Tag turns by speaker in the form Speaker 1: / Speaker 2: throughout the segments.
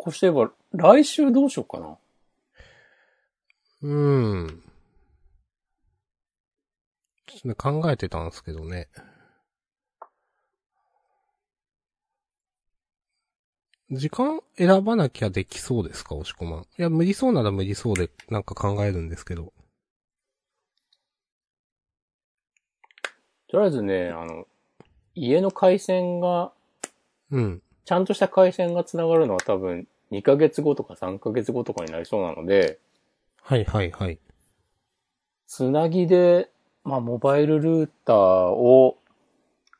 Speaker 1: 越して言えば、来週どうしようかな。
Speaker 2: うん。ちょっとね、考えてたんですけどね。時間選ばなきゃできそうですか、押し込まん。いや、無理そうなら無理そうで、なんか考えるんですけど。
Speaker 1: とりあえずね、あの、家の回線が、
Speaker 2: うん。
Speaker 1: ちゃんとした回線が繋がるのは多分、2ヶ月後とか3ヶ月後とかになりそうなので、
Speaker 2: はいはいはい。
Speaker 1: つなぎで、まあ、モバイルルーターを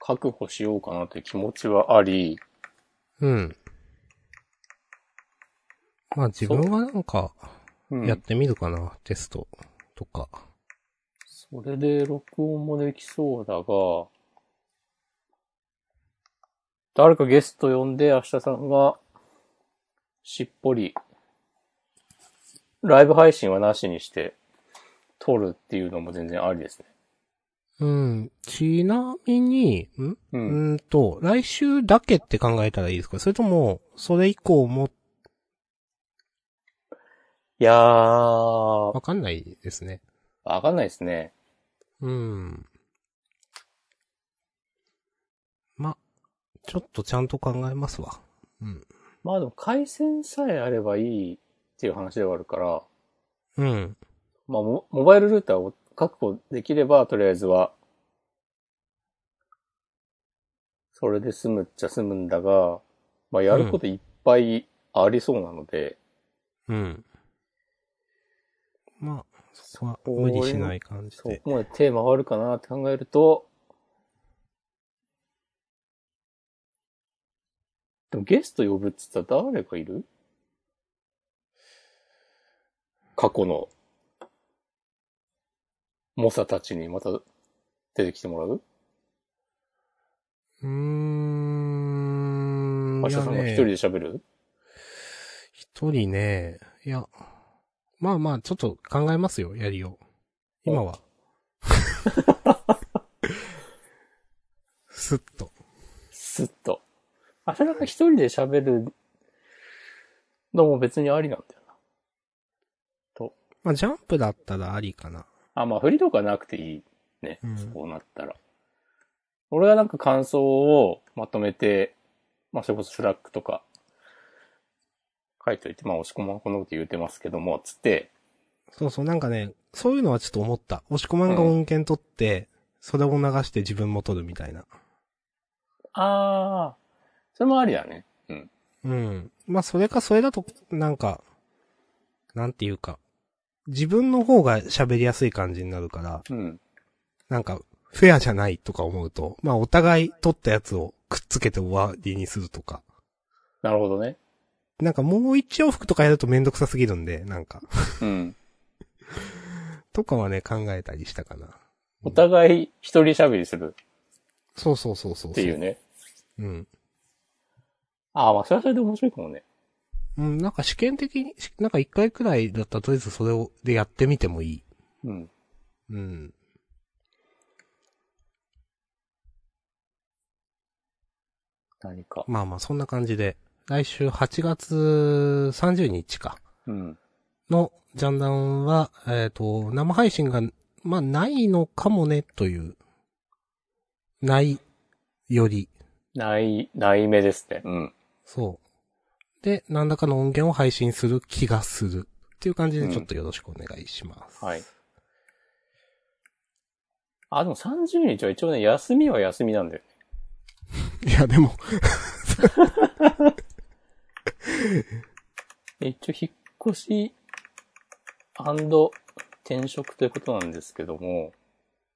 Speaker 1: 確保しようかなという気持ちはあり、
Speaker 2: うん。まあ自分はなんか、
Speaker 1: うん
Speaker 2: やってみるかな、テストとか。
Speaker 1: それで録音もできそうだが、誰かゲスト呼んで、明日さんが、しっぽり、ライブ配信はなしにして、撮るっていうのも全然ありですね。
Speaker 2: うん。ちなみに、ん
Speaker 1: う。
Speaker 2: うんんと、来週だけって考えたらいいですかそれとも、それ以降も、
Speaker 1: いやー、
Speaker 2: わかんないですね。
Speaker 1: わかんないですね。
Speaker 2: うん。ま、ちょっとちゃんと考えますわ。うん。
Speaker 1: まあでも回線さえあればいいっていう話ではあるから、
Speaker 2: うん。
Speaker 1: まあモモバイルルーターを確保できれば、とりあえずは、それで済むっちゃ済むんだが、まあやることいっぱいありそうなので、
Speaker 2: うん。まあ、そこは無理しない感じ
Speaker 1: そ
Speaker 2: で。
Speaker 1: こまで手回るかなって考えると、でもゲスト呼ぶっつったら誰かいる過去の、猛者たちにまた出てきてもらう
Speaker 2: うーん。
Speaker 1: 明日さんが一人で喋る、
Speaker 2: 一人ね、いや、まあまあ、ちょっと考えますよ、やりよう。今は。すっと。
Speaker 1: すっと。明日さんが一人で喋るのも別にありなんだよな。
Speaker 2: まあ、ジャンプだったらありかな。
Speaker 1: あ、まあ、振りとかなくていいね。
Speaker 2: うん
Speaker 1: そうなったら。俺はなんか感想をまとめて、まあ、それこそスラックとか書いといて、まあ、押し込まんこんなこと言うてますけども、つって、
Speaker 2: そうそう、なんかね、そういうのはちょっと思った。押し込まんが音源取って、それを流して自分も取るみたいな。
Speaker 1: あー、それもありだね。うん。
Speaker 2: うん。まあ、それか、それだと、なんか、なんていうか、自分の方が喋りやすい感じになるから、
Speaker 1: うん。
Speaker 2: なんか、フェアじゃないとか思うと、まあお互い取ったやつをくっつけて終わりにするとか。
Speaker 1: なるほどね。
Speaker 2: なんかもう一往復とかやるとめんどくさすぎるんで、なんか。
Speaker 1: うん。
Speaker 2: とかはね、考えたりしたかな。
Speaker 1: お互い一人喋りする
Speaker 2: そうそうそうそうそう。
Speaker 1: っていう。ね。
Speaker 2: うん。
Speaker 1: あー、まあ、それはそれで面白いかもね。
Speaker 2: うん、なんか試験的に、しなんか一回くらいだったらとりあえずそれを、でやってみてもいい。
Speaker 1: うん。
Speaker 2: うん。
Speaker 1: 何か。
Speaker 2: まあまあそんな感じで、来週8月30日か。
Speaker 1: うん。
Speaker 2: のジャンダンは、えっ、と、生配信が、まあ、ないのかもね、という。ない、より、
Speaker 1: ない、ないめですね。うん。
Speaker 2: そう。で、何らかの音源を配信する気がする。っていう感じで、ちょっとよろしくお願いします。
Speaker 1: はい。あ、でも30日は一応ね、休みは休みなんだよね。
Speaker 2: いや、でも、
Speaker 1: 一応引っ越し転職ということなんですけども、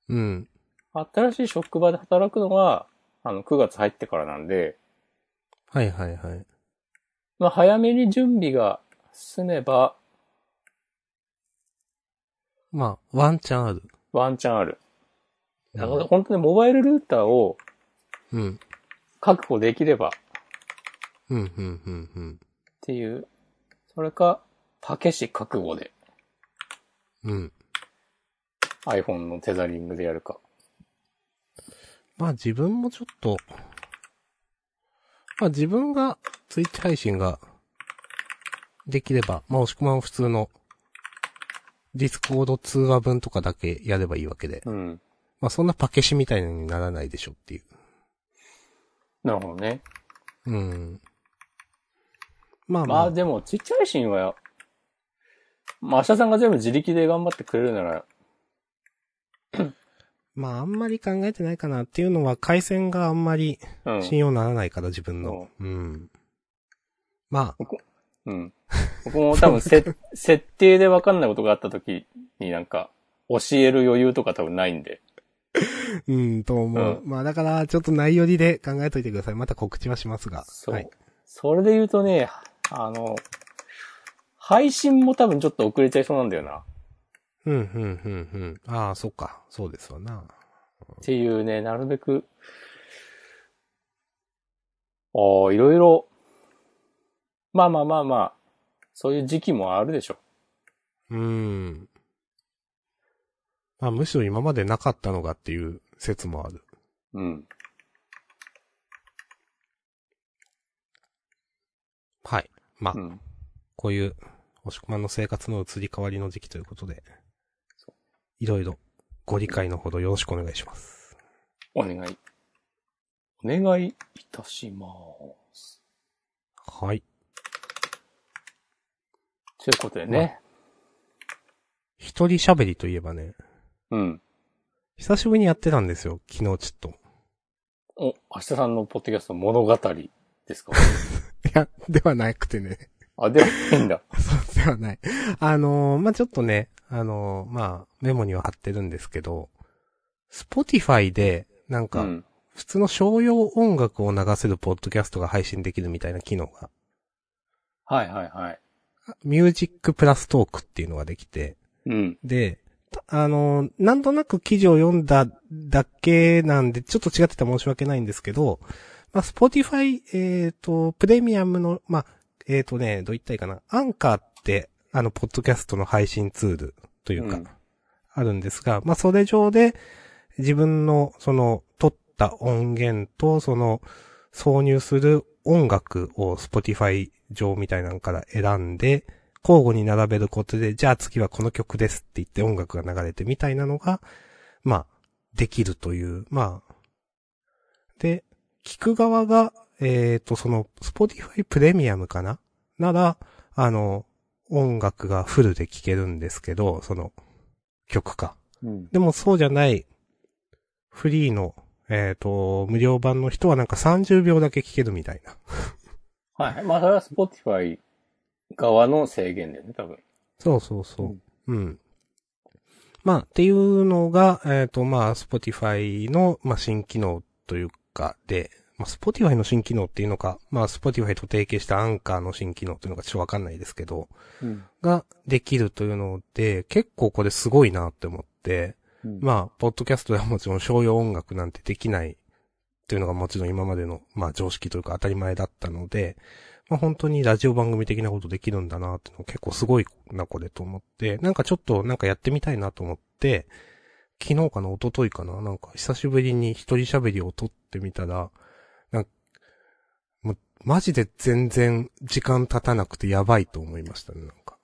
Speaker 2: うん。
Speaker 1: 新しい職場で働くのは、あの、9月入ってからなんで、
Speaker 2: はいはいはい。
Speaker 1: まあ、早めに準備が済めば、
Speaker 2: まあ、ワンチャンある。
Speaker 1: ワンチャンある。だから
Speaker 2: うん
Speaker 1: 本当にモバイルルーターを
Speaker 2: うん。
Speaker 1: 確保できればっ
Speaker 2: うん、うん、うん、うん。
Speaker 1: ていう、それか、たけし覚悟で
Speaker 2: うん。
Speaker 1: iPhone のテザリングでやるか。
Speaker 2: まあ自分もちょっと、まあ自分が、ツイッチ配信ができれば、まあ、押し込まん普通の、ディスコード通話分とかだけやればいいわけで。
Speaker 1: うん。
Speaker 2: まあ、そんなパケシみたいなのにならないでしょっていう。
Speaker 1: なるほどね。
Speaker 2: うん。まあま
Speaker 1: ま
Speaker 2: あ
Speaker 1: あ、でも、ちっちゃいシーンは、まあ、明日さんが全部自力で頑張ってくれるなら、
Speaker 2: まあ、あんまり考えてないかなっていうのは、回線があんまり
Speaker 1: うん。
Speaker 2: 信用ならないから、自分の。うん。まあ、
Speaker 1: うん。 僕も多分 せ、設定で分かんないことがあった時になんか、教える余裕とか多分ないんで。
Speaker 2: うん、と思う。まあ、だから、ちょっと内容りで考えといてください。また告知はしますが。
Speaker 1: そう。
Speaker 2: はい。
Speaker 1: それで言うとね、あの、配信も多分ちょっと遅れちゃいそうなんだよな。
Speaker 2: うん、うん、うん、うん。ああ、そっか。そうですわな。
Speaker 1: っていうね、なるべく、ああ、いろいろ、まあまあまあまあ、そういう時期もあるでしょ。
Speaker 2: うん。まあ、むしろ今までなかったのがっていう説もある。
Speaker 1: うん。
Speaker 2: はい。まあ
Speaker 1: う、ん。
Speaker 2: こういう、押し込まんの生活の移り変わりの時期ということで、いろいろご理解のほどよろしくお願いします。
Speaker 1: お願い。お願いいたします。
Speaker 2: はい。
Speaker 1: ということでね。
Speaker 2: 一人喋りといえばね、
Speaker 1: うん。
Speaker 2: 久しぶりにやってたんですよ、昨日ちょっと。
Speaker 1: お、明日さんのポッドキャスト物語ですか
Speaker 2: いや、ではなくてね。
Speaker 1: あ、ではないんだ。
Speaker 2: そうではない。あのーまあ、ちょっとね、あのーまあ、メモには貼ってるんですけど、Spotify で、なん
Speaker 1: う
Speaker 2: か、
Speaker 1: ん。
Speaker 2: 普通の商用音楽を流せるポッドキャストが配信できるみたいな機能が、
Speaker 1: はいはいはい。
Speaker 2: ミュージックプラストークっていうのができて、
Speaker 1: うん。
Speaker 2: で、たあのーなんとなく記事を読んだだけなんで、ちょっと違ってたら申し訳ないんですけど、まあ、Spotify、えっ、と、プレミアムの、まあ、えっ、とね、どう言ったらいいかな、アンカーって、あの、ポッドキャストの配信ツールというか、
Speaker 1: うん
Speaker 2: あるんですが、まあ、それ上で、自分の、その、撮った音源と、その、挿入する音楽を Spotify 上みたいなのから選んで、交互に並べることで、じゃあ次はこの曲ですって言って音楽が流れてみたいなのが、まあ、できるという、まあ。で、聞く側が、えっ、と、その、Spotify プレミアムかななら、あの、音楽がフルで聴けるんですけど、その、曲か。
Speaker 1: うん。
Speaker 2: でもそうじゃない、フリーの、えっ、と、無料版の人はなんか30秒だけ聞けるみたいな。
Speaker 1: はい。まあ、それは Spotify 側の制限だよね、多分。
Speaker 2: そうそうそう。うん。まあ、っていうのが、えっ、と、まあ、Spotify の、まあ、新機能というか、で、まあ、Spotify の新機能っていうのか、まあ、Spotify と提携したアンカーの新機能というのかちょっとわかんないですけど、
Speaker 1: うん。
Speaker 2: ができるというので、結構これすごいなって思って、
Speaker 1: ま
Speaker 2: まあ、ポッドキャストではもちろん商用音楽なんてできないというのがもちろん今までの、まあ、常識というか当たり前だったので、まあ、本当にラジオ番組的なことできるんだなっていうの結構すごいな、これと思って、なんかちょっとなんかやってみたいなと思って、昨日かな、一昨日かな、なんか久しぶりに一人喋りを撮ってみたら、なんか、もう、マジで全然時間経たなくてやばいと思いましたね、なんか。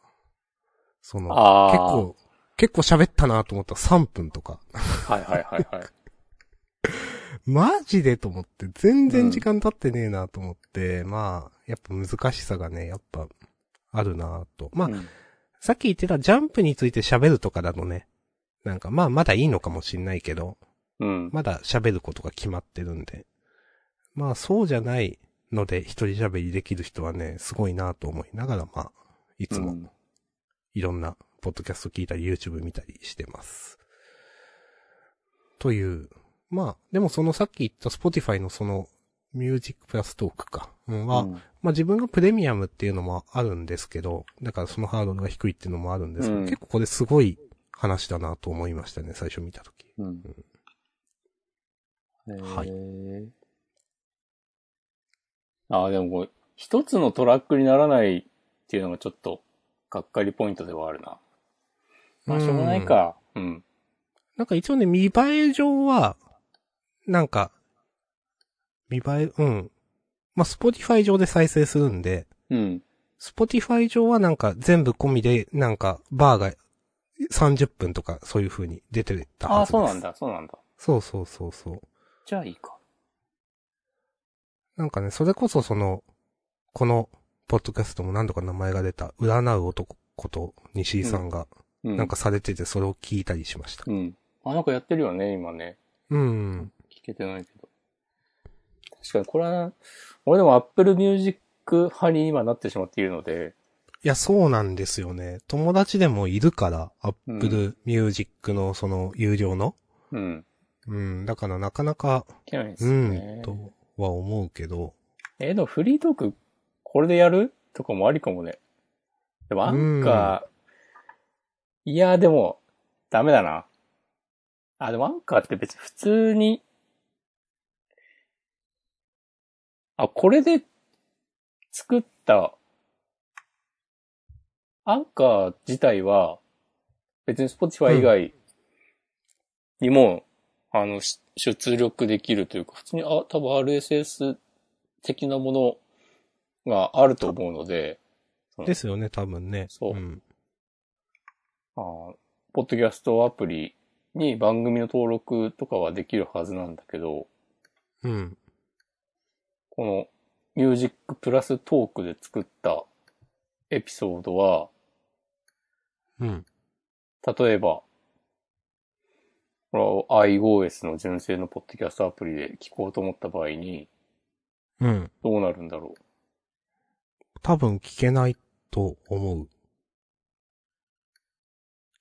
Speaker 2: その、
Speaker 1: あー
Speaker 2: 結構、結構喋ったなと思ったら3分とか。
Speaker 1: はいはいはいはい。
Speaker 2: マジでと思って、全然時間経ってねえなと思って、まあ、やっぱ難しさがね、やっぱ、あるなと。まあ、
Speaker 1: うん
Speaker 2: さっき言ってたジャンプについて喋るとかだとね、なんかまあ、まだいいのかもしんないけど、
Speaker 1: うん。
Speaker 2: まだ喋ることが決まってるんで。まあ、そうじゃないので、一人喋りできる人はね、すごいなと思いながら、まあ、いつ
Speaker 1: う
Speaker 2: も
Speaker 1: ん
Speaker 2: いろんな、ポッドキャスト聞いたり、YouTube 見たりしてます。という。まあ、でもそのさっき言った Spotify のその、ミュージックプラストークか。うん、は、
Speaker 1: うん
Speaker 2: まあ自分がプレミアムっていうのもあるんですけど、だからそのハードルが低いっていうのもあるんですけど、
Speaker 1: うん
Speaker 2: 結構これすごい話だなと思いましたね、最初見たとき。
Speaker 1: うん。え
Speaker 2: はい
Speaker 1: ーああ、でもこう、一つのトラックにならないっていうのがちょっと、がっかりポイントではあるな。まあ、しょうがないか。うん。
Speaker 2: なんか一応ね、見栄え上は、なんか、見栄え、うん。まあ、Spotify 上で再生するんで、
Speaker 1: うん。
Speaker 2: Spotify 上はなんか全部込みで、なんかバーが30分とかそういう風に出てた
Speaker 1: あ
Speaker 2: は
Speaker 1: あ、
Speaker 2: ずです。
Speaker 1: そうなん。だ、そうなんだ。
Speaker 2: そうそうそうそう。
Speaker 1: じゃあいいか。
Speaker 2: なんかね、それこそその、この、ポッドキャストも何度か名前が出た、占う男こと西井さんが、
Speaker 1: うん。
Speaker 2: なんかされてて、それを聞いたりしました。
Speaker 1: うん。あ、なんかやってるよね、今ね。
Speaker 2: うん。
Speaker 1: 聞けてないけど。確かに、これはな、俺でも Apple Music 派に今なってしまっているので、
Speaker 2: いや、そうなんですよね。友達でもいるから、
Speaker 1: うん
Speaker 2: Apple Music のその、有料の。
Speaker 1: うん。
Speaker 2: うん、だからなかなか、
Speaker 1: 聞けないです
Speaker 2: う
Speaker 1: よ
Speaker 2: ん
Speaker 1: ね、。
Speaker 2: とは思うけど。
Speaker 1: え、でもフリートーク、これでやるとかもありかもね。でも、アンカー、いや、でも、ダメだな。あ、でもアンカーって別に普通に、あ、これで作った、アンカー自体は、別に Spotify 以外にも、あの、し出力できるというか、普通に、あ、多分 RSS 的なものがあると思うので、
Speaker 2: ですよね、多分ね。。
Speaker 1: そうんあーポッドキャストアプリに番組の登録とかはできるはずなんだけど、
Speaker 2: うん。
Speaker 1: このミュージックプラストークで作ったエピソードは、
Speaker 2: うん。
Speaker 1: 例えば、これは iOS の純正のポッドキャストアプリで聞こうと思った場合に、
Speaker 2: うん。
Speaker 1: どうなるんだろう。
Speaker 2: 多分聞けないと思う。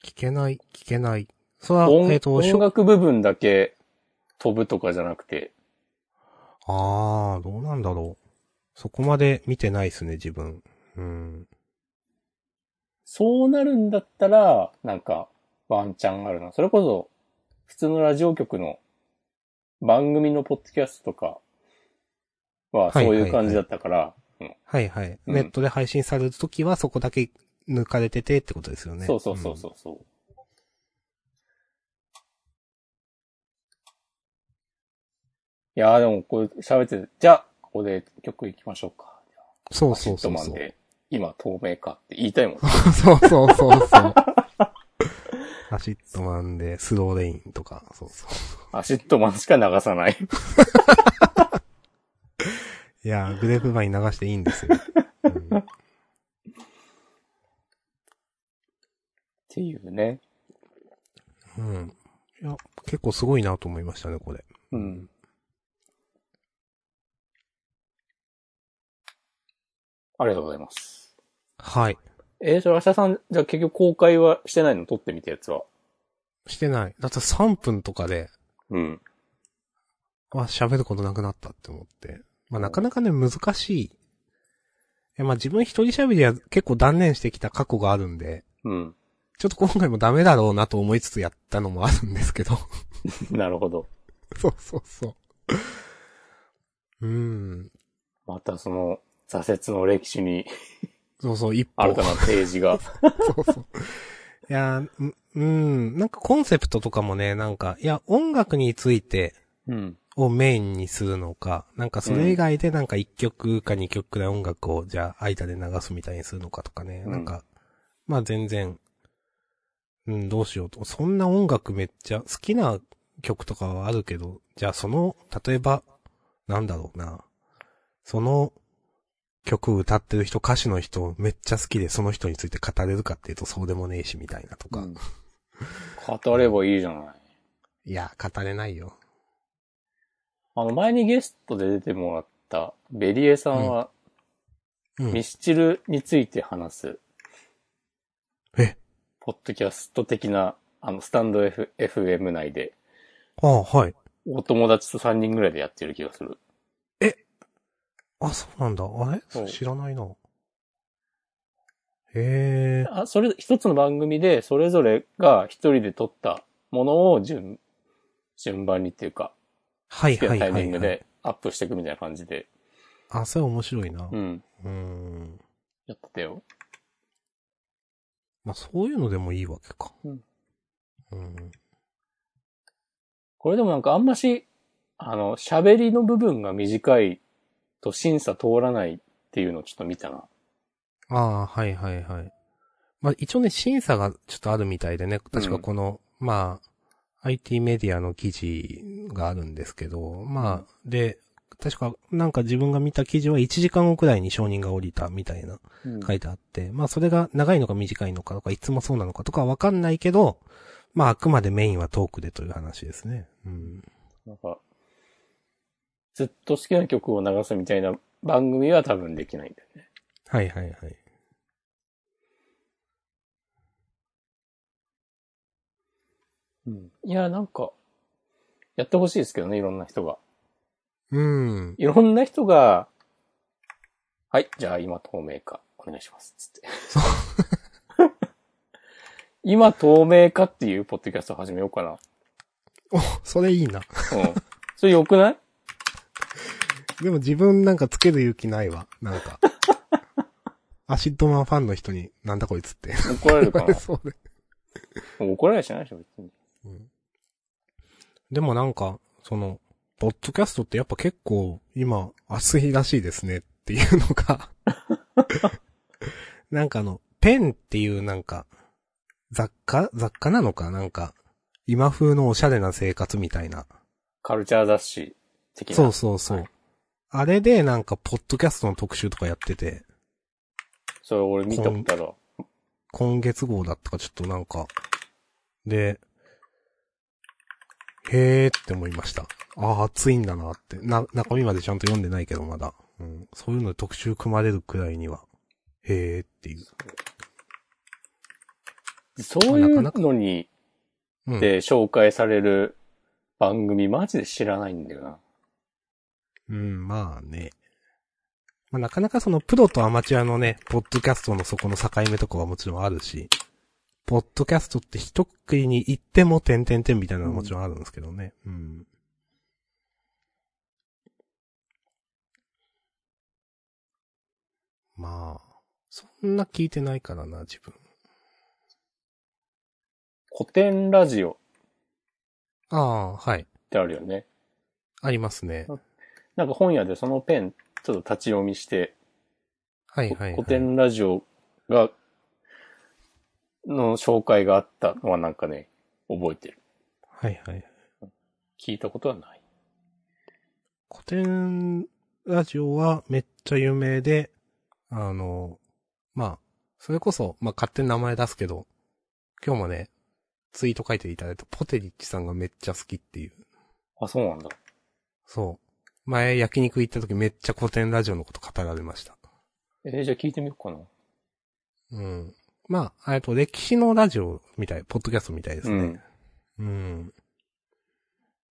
Speaker 2: 聞けない、聞けない。それは、
Speaker 1: 音
Speaker 2: えっ、と、し
Speaker 1: 音
Speaker 2: ょ
Speaker 1: 楽部分だけ飛ぶとかじゃなくて、
Speaker 2: あー、どうなんだろう。そこまで見てないっすね、自分。うん。
Speaker 1: そうなるんだったら、なんか、ワンチャンあるな。それこそ、普通のラジオ局の番組のポッドキャストとかは、そういう感じだったから、うん
Speaker 2: はいはい。
Speaker 1: うん
Speaker 2: ネットで配信されるときはそこだけ抜かれててってことですよね。
Speaker 1: そうそうそう
Speaker 2: う
Speaker 1: そうそう。いやーでもこれ喋ってて、じゃあ、ここで曲行きましょうか。
Speaker 2: ん。そ
Speaker 1: ア
Speaker 2: う
Speaker 1: シ
Speaker 2: そう
Speaker 1: ット
Speaker 2: そう
Speaker 1: マ
Speaker 2: そ
Speaker 1: ン
Speaker 2: う。
Speaker 1: で、今透明かって言いたい もん。
Speaker 2: そうそうそうそう。アシットマンで、スローレインとか、そうそう。
Speaker 1: アシットマンしか流さない。
Speaker 2: いやー、グレープバイン流していいんですよ。うん
Speaker 1: っていうね。
Speaker 2: うん。いや、結構すごいなと思いましたね、これ。
Speaker 1: うん。ありがとうございます。
Speaker 2: はい。
Speaker 1: えー、それ明日さん、じゃあ結局公開はしてないの撮ってみたやつは。
Speaker 2: してない。だって3分とかで、
Speaker 1: うん。
Speaker 2: あ、喋ることなくなったって思って。まあ、なかなかね、難しい。いや、まあ、自分一人喋りは結構断念してきた過去があるんで、
Speaker 1: うん。
Speaker 2: ちょっと今回もダメだろうなと思いつつやったのもあるんですけど。
Speaker 1: なるほど。
Speaker 2: そうそうそう。うん。
Speaker 1: またその、挫折の歴史に
Speaker 2: そうそう、一歩
Speaker 1: 新たなページ が。
Speaker 2: そうそう。いやー、んうん、なんかコンセプトとかもね、なんか、いや、音楽について
Speaker 1: うん。
Speaker 2: をメインにするのか、なんかそれ以外でなんか1曲か2曲くらい音楽を、じゃあ、間で流すみたいにするのかとかね、
Speaker 1: うん
Speaker 2: なんか、まあ全然、うん、どうしようと。そんな音楽めっちゃ好きな曲とかはあるけど、じゃあその、例えば、なんだろうな、その、曲歌ってる人、歌手の人、めっちゃ好きで、その人について語れるかっていうと、そうでもねえし、みたいなとか。
Speaker 1: うん語ればいいじゃない。
Speaker 2: いや、語れないよ。
Speaker 1: あの、前にゲストで出てもらった、ベリエさんは、
Speaker 2: うん。
Speaker 1: ミスチルについて話す、
Speaker 2: え、
Speaker 1: ポッドキャスト的な、あの、スタンド、F、FM 内で、
Speaker 2: ああ、はい。
Speaker 1: お友達と3人ぐらいでやってる気がする。
Speaker 2: あ、そうなんだ。あれ
Speaker 1: そう
Speaker 2: 知らないな。へえ。
Speaker 1: あ、それ、一つの番組で、それぞれが一人で撮ったものを順、順番にっていうか、
Speaker 2: はい
Speaker 1: 好き
Speaker 2: は
Speaker 1: ないタ
Speaker 2: は
Speaker 1: イ
Speaker 2: い、
Speaker 1: ミ
Speaker 2: は
Speaker 1: ング
Speaker 2: い。
Speaker 1: でアップしていくみたいな感じで、
Speaker 2: あ、それ面白いな。う
Speaker 1: うん、
Speaker 2: ーん。
Speaker 1: やってたよ。
Speaker 2: まあ、そういうのでもいいわけか。
Speaker 1: うん。
Speaker 2: うん。
Speaker 1: これでもなんかあんまし、あの、喋りの部分が短いと審査通らないっていうのをちょっと見たな。
Speaker 2: ああ、はいはいはい。まあ一応ね、審査がちょっとあるみたいでね、確かこの、まあ、IT メディアの記事があるんですけど、まあ、で、確かなんか自分が見た記事は1時間後くらいに承認が降りたみたいな
Speaker 1: うん
Speaker 2: 書いてあって、まあそれが長いのか短いのかとか、いつもそうなのかとかはわかんないけど、まああくまでメインはトークでという話ですね。うん。
Speaker 1: なんか、ずっと好きな曲を流すみたいな番組は多分できないんだよね。
Speaker 2: はいはいはい。
Speaker 1: いや、なんか、やってほしいですけどね、いろんな人が。
Speaker 2: うん。
Speaker 1: いろんな人が、はい、じゃあ今透明化お願いします。つって。今透明化っていうポッドキャスト始めようかな。
Speaker 2: お、それいいな。
Speaker 1: うん。それ良くない
Speaker 2: でも自分なんかつける勇気ないわ。なんか。アシッドマンファンの人に、なんだこいつって。
Speaker 1: 怒られるか
Speaker 2: 言
Speaker 1: な
Speaker 2: われ そうで。
Speaker 1: もう怒られはしないでしょ、別に。
Speaker 2: でもなんか、その、ポッドキャストってやっぱ結構今、熱いらしいですねっていうのが、なんかあの、ペンっていうなんか、雑貨雑貨なのかなんか、今風のおしゃれな生活みたいな。
Speaker 1: カルチャー雑誌的な。
Speaker 2: そうそうそう。
Speaker 1: はい
Speaker 2: あれでなんか、ポッドキャストの特集とかやってて、
Speaker 1: それ俺見とったら。
Speaker 2: 今月号だったかちょっとなんか、で、へーって思いました。ああ、熱いんだなって。な、中身までちゃんと読んでないけどまだ。うん。そういうので特集組まれるくらいには、へーっていう。
Speaker 1: そういう
Speaker 2: なか
Speaker 1: のに
Speaker 2: うん。
Speaker 1: で紹介される番組マジで知らないんだよな。
Speaker 2: うん、まあね。まあなかなかそのプロとアマチュアのね、ポッドキャストのそこの境目とかはもちろんあるし、ポッドキャストって一括りに行っても点々点みたいなのはもちろんあるんですけどね。うん。まあ、そんな聞いてないからな、自分。
Speaker 1: 古典ラジオっ
Speaker 2: ああ、はい。
Speaker 1: てあるよね。
Speaker 2: ありますね。
Speaker 1: なんか本屋でそのペンちょっと立ち読みして、
Speaker 2: はいはい、はい。
Speaker 1: 古典ラジオが、の紹介があったのはなんかね、覚えてる。
Speaker 2: はいはい。
Speaker 1: 聞いたことはない。
Speaker 2: 古典ラジオはめっちゃ有名で、あの、まあ、それこそ、まあ、勝手に名前出すけど、今日もね、ツイート書いていただいたポテリッチさんがめっちゃ好きっていう。
Speaker 1: あ、そうなんだ。
Speaker 2: そう。前焼肉行った時めっちゃ古典ラジオのこと語られました。
Speaker 1: えーじゃあ聞いてみようかな。
Speaker 2: うん。まあ、えっと、歴史のラジオみたい、ポッドキャストみたいですね。うん。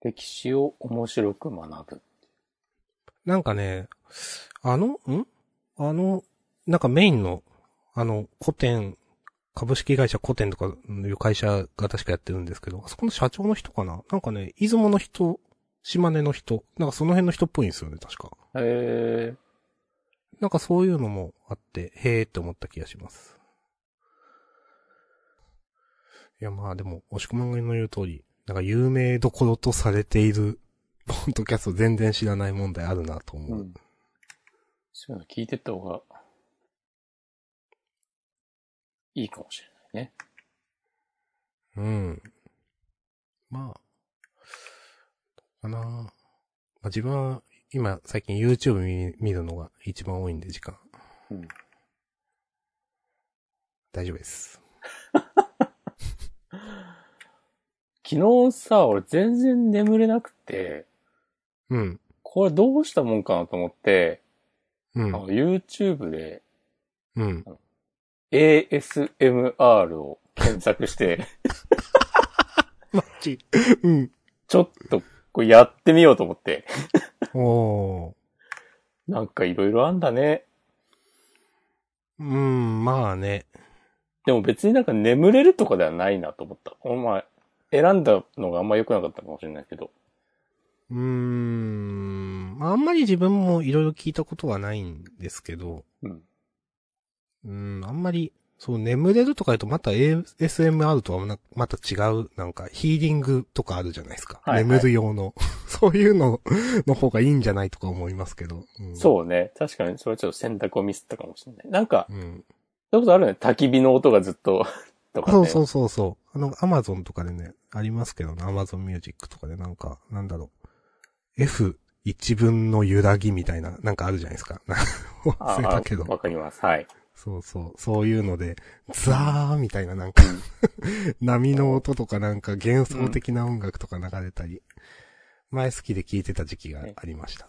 Speaker 1: 歴史を面白く学ぶ。
Speaker 2: なんかね、あの、んあの、なんかメインの、あの、古典、株式会社古典とかいう会社が確かやってるんですけど、あそこの社長の人かななんかね、出雲の人、島根の人、なんかその辺の人っぽいんですよね、確か。
Speaker 1: え
Speaker 2: なんかそういうのもあって、へーって思った気がします。いや、まあでも、押し込まんの言う通り、なんか有名どころとされている、ポンドキャスト全然知らない問題あるなと
Speaker 1: ー、う
Speaker 2: 思う。
Speaker 1: ん。そういうの聞いてった方が、いいかもしれないね。
Speaker 2: うん。まあ、どうかな。まあ自分は今最近 YouTube 見見るのが一番多いんで時間。
Speaker 1: うん。
Speaker 2: 大丈夫です。
Speaker 1: 昨日さ、俺全然眠れなくて、
Speaker 2: うん。
Speaker 1: これどうしたもんかなと思って、
Speaker 2: うん
Speaker 1: あ。の YouTube で
Speaker 2: うん。
Speaker 1: ASMR を検索して、
Speaker 2: マジ。うん。
Speaker 1: ちょっとこれやってみようと思って。
Speaker 2: おー。
Speaker 1: なんかいろいろあんだね。
Speaker 2: うん、まあね。
Speaker 1: でも別になんか眠れるとかではないなと思った。お前、選んだのがあんま良くなかったかもしれないけど。
Speaker 2: うーん。まああんまり自分もいろいろ聞いたことはないんですけど、
Speaker 1: うん。
Speaker 2: うん、あんまり、そう、眠れるとか言うとまた ASMR とはなまた違う、なんかヒーリングとかあるじゃないですか。
Speaker 1: はいはい
Speaker 2: 眠る用の。 そういうのの方がいいんじゃないとか思いますけど。うん、
Speaker 1: そうね。確かに、それはちょっと選択をミスったかもしれない。なんか、
Speaker 2: う。うん。
Speaker 1: そういうことあるよね。焚き火の音がずっと、 とかね。
Speaker 2: そうそうそうそう。あの、アマゾンとかでね、ありますけどね、アマゾンミュージックとかでなんか、なんだろう。F1 分の揺らぎみたいな、なんかあるじゃないですか。
Speaker 1: あ
Speaker 2: 忘れたけ
Speaker 1: あ
Speaker 2: ど。
Speaker 1: わかります。はい。
Speaker 2: そうそう。そういうので、ザーみたいななんか、 波の音とかなんか幻想的な音楽とか流れたり、前好きで聴いてた時期がありました。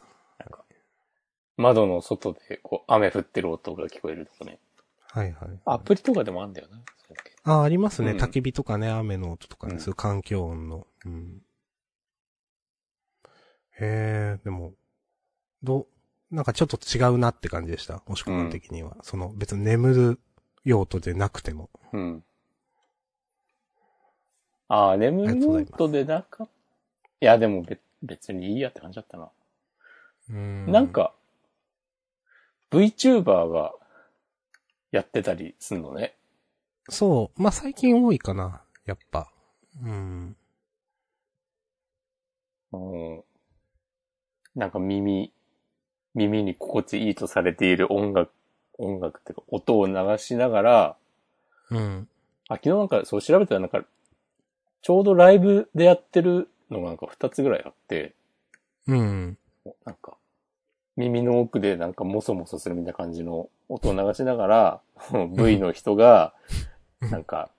Speaker 1: 窓の外で、こう、雨降ってる音が聞こえるとかね。
Speaker 2: はいはい。
Speaker 1: アプリとかでもあるんだよな。それだけ
Speaker 2: あ、ありますね。
Speaker 1: うん
Speaker 2: 焚き火とかね、雨の音とかね、
Speaker 1: うん
Speaker 2: そういう環境音の。うん。へえ、でも、どう、なんかちょっと違うなって感じでした。もしくは的には。その、別に眠る用途でなくても。
Speaker 1: うん。ああ、眠
Speaker 2: あ
Speaker 1: る
Speaker 2: りがとうござい
Speaker 1: ノー
Speaker 2: ます
Speaker 1: トでなかった。いや、でもべ別にいいやって感じだったな。
Speaker 2: うん。
Speaker 1: なん、か、VTuber がやってたりすんのね。
Speaker 2: そう。まあ、最近多いかな。やっぱ。うん。
Speaker 1: うん。なんか耳、耳に心地いいとされている音楽、音楽っていうか音を流しながら、
Speaker 2: うん。
Speaker 1: あ、昨日なんかそう調べたらなんか、ちょうどライブでやってるのがなんか2つぐらいあって、
Speaker 2: うん。
Speaker 1: なんか、耳の奥でなんかもそもそするみたいな感じの音を流しながら、V の人が、
Speaker 2: うん
Speaker 1: なんか、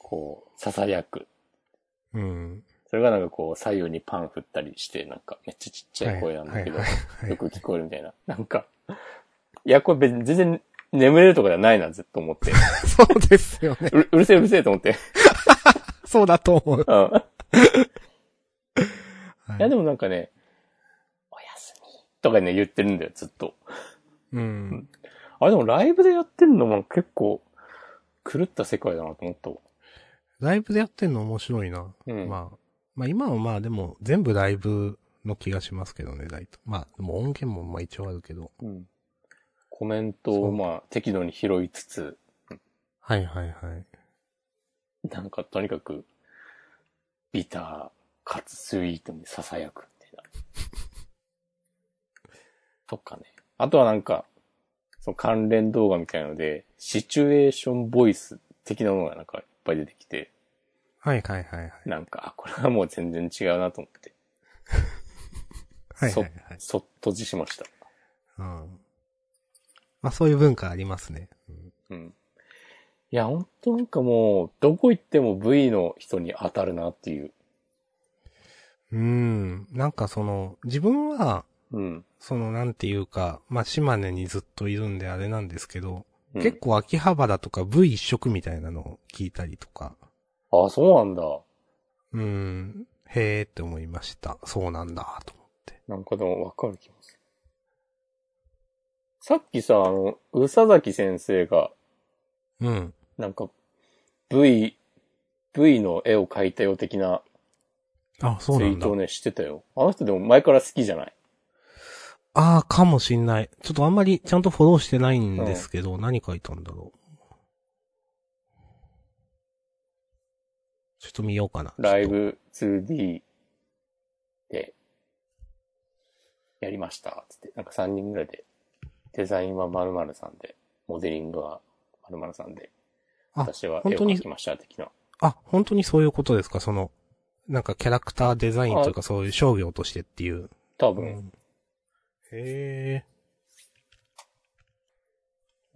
Speaker 1: こう、囁く。
Speaker 2: うん。
Speaker 1: それがなんかこう、左右にパン振ったりして、なんかめっちゃちっちゃい声なんだけど、
Speaker 2: はいはいはい
Speaker 1: よく聞こえるみたいな。 なんか、いや、これ別に全然眠れるとかじゃないな、ずっと思って。
Speaker 2: そうですよね。
Speaker 1: うるうるせえうるせえと思って。
Speaker 2: そうだと思
Speaker 1: うん。
Speaker 2: う。はい
Speaker 1: いや、でもなんかね、おやすみとかね、言ってるんだよ、ずっと。
Speaker 2: うん。
Speaker 1: あれでもライブでやってるのも結構、狂った世界だなと思ったわ。
Speaker 2: ライブでやってんの面白いな。
Speaker 1: うん。
Speaker 2: まあ、まあ今はまあでも全部ライブの気がしますけどね、大体。まあ、でも音源もまあ一応あるけど。
Speaker 1: うんコメントをまあ適度に拾いつつ、
Speaker 2: はいはいはい。
Speaker 1: なんかとにかく、ビター、かつスイートに囁くみたいな。とかね。あとはなんか、その関連動画みたいので、シチュエーションボイス的なものがなんかいっぱい出てきて、
Speaker 2: はいはいはいはい。
Speaker 1: なんか、あこれはもう全然違うなと思って、
Speaker 2: はいはいはい。
Speaker 1: そっとじしました。
Speaker 2: うん。まあそういう文化ありますね。うん
Speaker 1: うん。いや、ほんとなんかもう、どこ行っても V の人に当たるなっていう。
Speaker 2: うん。なんかその、自分は、
Speaker 1: うん。
Speaker 2: そのなんていうか、まあ島根にずっといるんであれなんですけど、
Speaker 1: うん
Speaker 2: 結構秋葉原とか V 一色みたいなのを聞いたりとか、
Speaker 1: あ、そうなんだ。
Speaker 2: うん、へーって思いました。そうなんだ、と思って。
Speaker 1: なんかでもわかる気がする。さっきさ、あの、宇佐崎先生が、
Speaker 2: うん。
Speaker 1: なんか、V、V の絵を描いたよ的な
Speaker 2: あ、
Speaker 1: ツイ
Speaker 2: そうなん
Speaker 1: ー
Speaker 2: だ
Speaker 1: トを。ね、してたよ。あの人でも前から好きじゃない
Speaker 2: ああ、かもしんない。ちょっとあんまりちゃんとフォローしてないんですけど、何書いたんだろう。ちょっと見ようかな。
Speaker 1: ライブ 2D で、やりました。つって、なんか3人ぐらいで、デザインは〇〇さんで、モデリングは〇〇さんで、
Speaker 2: あ
Speaker 1: 私は
Speaker 2: 本
Speaker 1: 絵を
Speaker 2: 当に
Speaker 1: 描きました、的な。
Speaker 2: あ、本当にそういうことですかその、なんかキャラクターデザインというかそういう商業としてっていう。
Speaker 1: 多
Speaker 2: う
Speaker 1: 分、
Speaker 2: んへえ。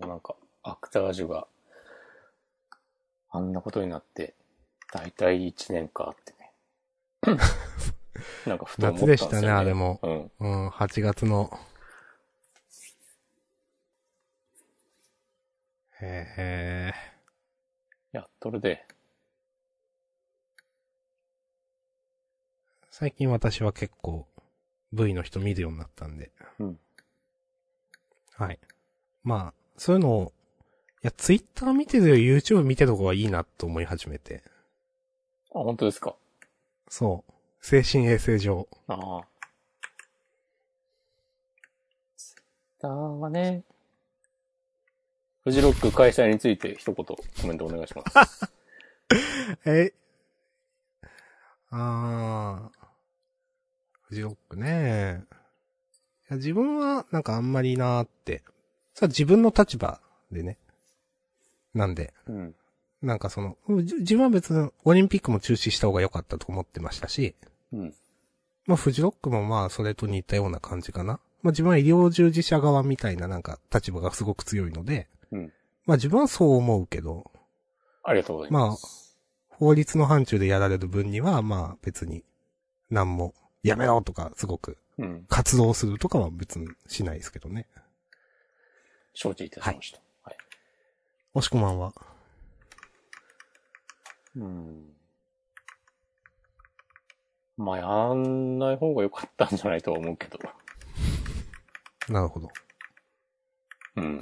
Speaker 1: なんか、アクタージュが、あんなことになって、だいたい1年かってね。 なんかふと思った
Speaker 2: 夏
Speaker 1: ん
Speaker 2: で
Speaker 1: です
Speaker 2: し
Speaker 1: よ、ね。
Speaker 2: たね、あれ。も。
Speaker 1: うん。
Speaker 2: うん、8月の。へえ。
Speaker 1: やっとるで。
Speaker 2: 最近私は結構 V の人見るようになったんで。
Speaker 1: うん
Speaker 2: はい。まあ、そういうのを、いや、Twitter 見てるより YouTube 見てる方がいいなと思い始めて。
Speaker 1: あ、本当ですか。
Speaker 2: そう。精神衛生上。
Speaker 1: ああ。ツイッターはね、フジロック開催について一言コメントお願いし ます。
Speaker 2: え、あー、フジロックね。いや自分はなんかあんまりなーって。それは自分の立場でね。なんで、
Speaker 1: うん。
Speaker 2: なんかその、うんじ自分は別にオリンピックも中止した方が良かったと思ってましたし、
Speaker 1: うん。
Speaker 2: まあフジロックもまあそれと似たような感じかな。まあ自分は医療従事者側みたいななんか立場がすごく強いので、
Speaker 1: うん
Speaker 2: まあ自分はそう思うけど、
Speaker 1: ありがとうござい
Speaker 2: まあ
Speaker 1: ます。、
Speaker 2: 法律の範疇でやられる分には、まあ別に、何も、やめろとか、すごく、
Speaker 1: うん。
Speaker 2: 活動するとかは別にしないですけどね。
Speaker 1: 承知いたしました。はい。
Speaker 2: 押し込まんは。
Speaker 1: うん。まあ、やんない方が良かったんじゃないとは思うけど。
Speaker 2: なるほど。
Speaker 1: うん。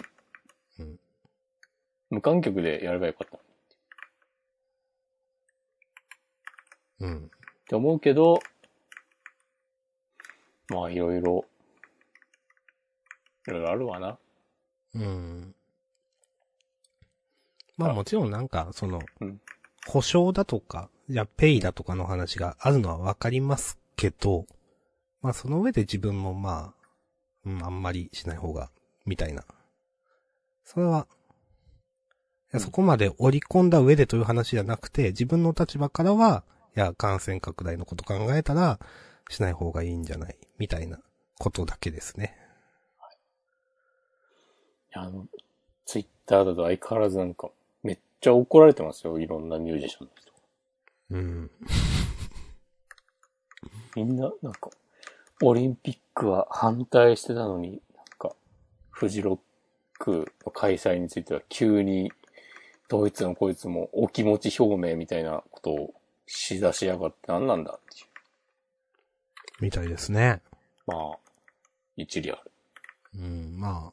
Speaker 2: うん
Speaker 1: 無観客でやればよかったっ
Speaker 2: うん。
Speaker 1: て思うけど、まあ、いろいろ、いろいろあるわな。
Speaker 2: うん。まあ
Speaker 1: あ
Speaker 2: もちろんなんか、その
Speaker 1: うん、
Speaker 2: 保証だとか、いや、ペイだとかの話があるのはわかりますけど、まあその上で自分もまあ、うん、あんまりしない方が、みたいな。それは、いやそこまで織り込んだ上でという話じゃなくて、自分の立場からは、いや、感染拡大のこと考えたら、しない方がいいんじゃない、みたいなことだけですね。
Speaker 1: いやあの、ツイッターだと相変わらずなんか、めっちゃ怒られてますよ。いろんなミュージシャンの人。
Speaker 2: うん。
Speaker 1: みんな、なんか、オリンピックは反対してたのに、なんか、フジロックの開催については急に、ドイツのこいつもお気持ち表明みたいなことをしだしやがって何なんだっていう。
Speaker 2: みたいですね。
Speaker 1: まあ、一理ある。
Speaker 2: うん、まあ、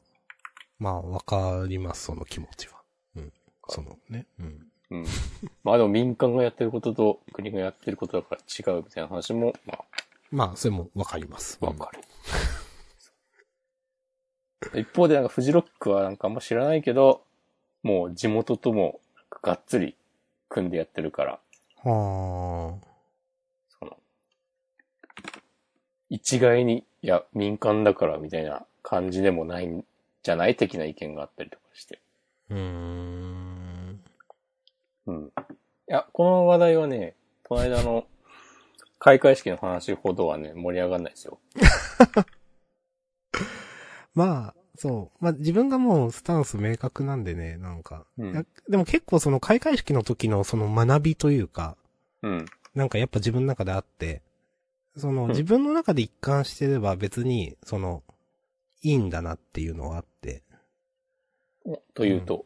Speaker 2: まあ、わかります、その気持ちは。うん。そのね。うん。
Speaker 1: うん。まあでも民間がやってることと国がやってることだから違うみたいな話も、まあ、
Speaker 2: まあ、それもわかります。
Speaker 1: わかる。 一方でなんかフジロックはなんかあんま知らないけど、もう地元ともがっつり組んでやってるから、
Speaker 2: る。はあ。
Speaker 1: その、一概に、いや、民間だからみたいな感じでもないんじゃない的な意見があったりとかして。
Speaker 2: うーん。
Speaker 1: うん。いや、この話題はね、この間の開会式の話ほどはね、盛り上がんないですよ。
Speaker 2: まあ、そう。まあ、自分がもうスタンス明確なんでね、なんか。
Speaker 1: う
Speaker 2: いや
Speaker 1: ん。
Speaker 2: でも結構その開会式の時のその学びというか、
Speaker 1: うん。
Speaker 2: なんかやっぱ自分の中であって、その
Speaker 1: ん
Speaker 2: 自分の中で一貫してれば別に、その、いいんだなっていうのはあって。
Speaker 1: おというと、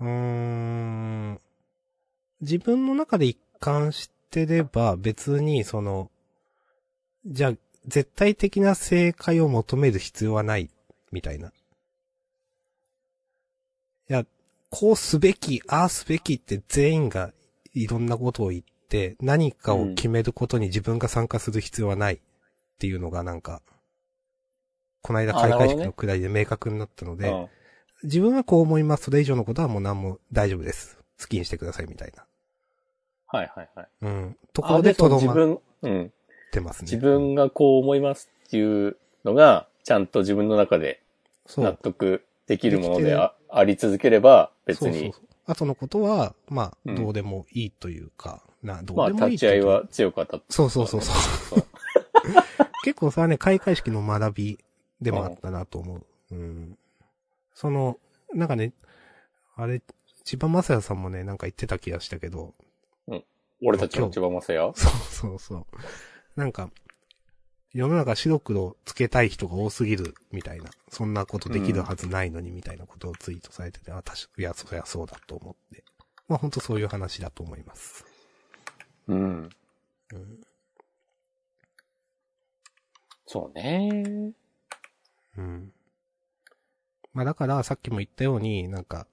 Speaker 2: うーん。自分の中で一貫してれば別にその、じゃあ絶対的な正解を求める必要はない、みたいな。いや、こうすべき、ああすべきって全員がいろんなことを言って何かを決めることに自分が参加する必要はないっていうのがなんか、この間開会式のくらいで明確になったの
Speaker 1: う
Speaker 2: で、
Speaker 1: ん。
Speaker 2: 自分はこう思います。それ以上のことはもう何も大丈夫です。好きにしてくださいみたいな。
Speaker 1: はいはいはい。
Speaker 2: うん。とこ
Speaker 1: あ
Speaker 2: ろで
Speaker 1: その
Speaker 2: とど
Speaker 1: 自
Speaker 2: まっ
Speaker 1: 分、うん。
Speaker 2: てますね。
Speaker 1: 自分がこう思いますっていうのが、ちゃんと自分の中で
Speaker 2: そ
Speaker 1: 納
Speaker 2: う。
Speaker 1: 得できるもの
Speaker 2: でき
Speaker 1: で
Speaker 2: てる
Speaker 1: ああり続ければ、別
Speaker 2: そう
Speaker 1: に
Speaker 2: そう、そう。後のことは、ま
Speaker 1: う
Speaker 2: あ、
Speaker 1: ん
Speaker 2: どうでもいいというか、な、どう
Speaker 1: まあ、
Speaker 2: でもいい
Speaker 1: 立
Speaker 2: っ
Speaker 1: ち
Speaker 2: ていう
Speaker 1: 合
Speaker 2: か
Speaker 1: いは強かったと。
Speaker 2: そうそうそうそう。
Speaker 1: そう。
Speaker 2: 結構それはね、開会式の学びでもあったなと思う。うん。その、なんかね、あれ、千葉雅也さんもね、なんか言ってた気がしたけど、
Speaker 1: 俺たちの千葉正也
Speaker 2: そうそうそう。なんか、世の中白黒つけたい人が多すぎるみたいな、そんなことできるはずないのにみたいなことをツイートされてて、あ、確か、いや、そりゃそうだと思って。まあ本当そういう話だと思います。
Speaker 1: うん。
Speaker 2: うん。
Speaker 1: そうね。
Speaker 2: うん。まあだから、さっきも言ったように、なんか、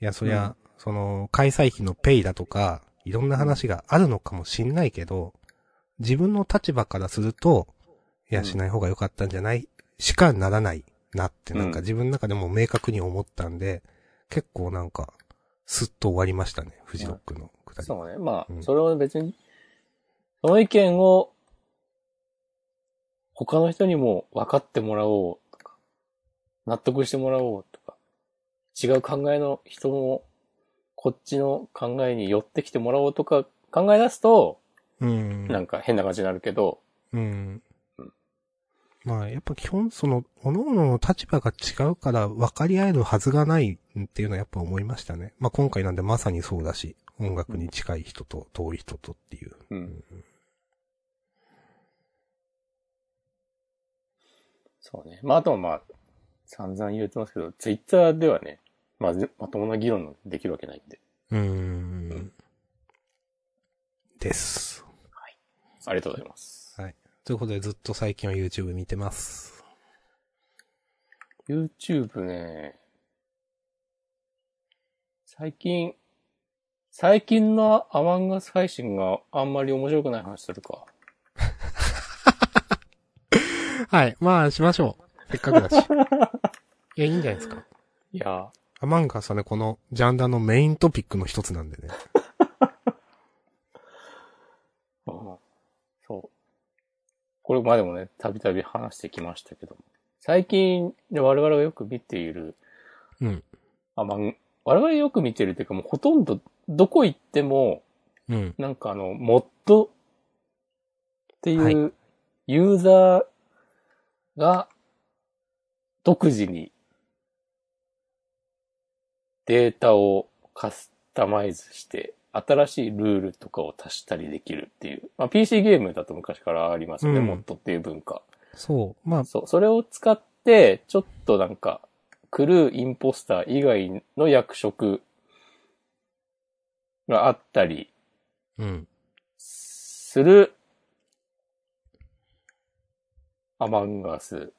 Speaker 2: いや、そりゃ、その、開催費のペイだとか、いろんな話があるのかもしんないけど、自分の立場からすると、いうや、
Speaker 1: ん
Speaker 2: しない方が良かったんじゃないしかならないなって、なん
Speaker 1: う
Speaker 2: か
Speaker 1: ん
Speaker 2: 自分の中でも明確に思ったんで、結構なんか、スッと終わりましたね、フジロックのくだり。
Speaker 1: そうね。まあ、
Speaker 2: うん
Speaker 1: それを別に、その意見を、他の人にも分かってもらおうとか、納得してもらおうとか、違う考えの人も、こっちの考えに寄ってきてもらおうとか考え出すと、
Speaker 2: うん。
Speaker 1: なんか変な感じになるけど、
Speaker 2: うん。まあ、やっぱ基本、その、各々の立場が違うから分かり合えるはずがないっていうのはやっぱ思いましたね。まあ今回なんでまさにそうだし、音楽に近い人と遠い人とっていう。
Speaker 1: うん。そうね。まあ、あとはまあ、散々言ってますけど、ツイッターではね、まあ、ぜまともな議論できるわけないんで。
Speaker 2: うん。です。
Speaker 1: ありがとうございます。
Speaker 2: ということでずっと最近は YouTube 見てます。
Speaker 1: YouTube ね、最近、最近のアマンガス配信があんまり面白くない話するか。
Speaker 2: はい。まあ、しましょう。せっかくだ し。いや、いいんじゃないですか。
Speaker 1: いや
Speaker 2: アマンガスはね、このジャンダーのメイントピックの一つなんでね。
Speaker 1: ー、うんそう。これまでもね、たびたび話してきましたけども。最近、ね我々がよく見ている、
Speaker 2: うん。
Speaker 1: アマン、我々よく見てるっていうかもうほとんどどこ行っても、
Speaker 2: うん。
Speaker 1: なんかあの、モッドっていう、
Speaker 2: は
Speaker 1: ユーザーが独自にデータをカスタマイズして、新しいルールとかを足したりできるっていう。まあ、PC ゲームだと昔からありますよね、
Speaker 2: うん
Speaker 1: モッドっていう文化。
Speaker 2: そう。まあ、
Speaker 1: そう、それを使って、ちょっとなんか、クルーインポスター以外の役職があったり、
Speaker 2: うん。
Speaker 1: する、アマンガス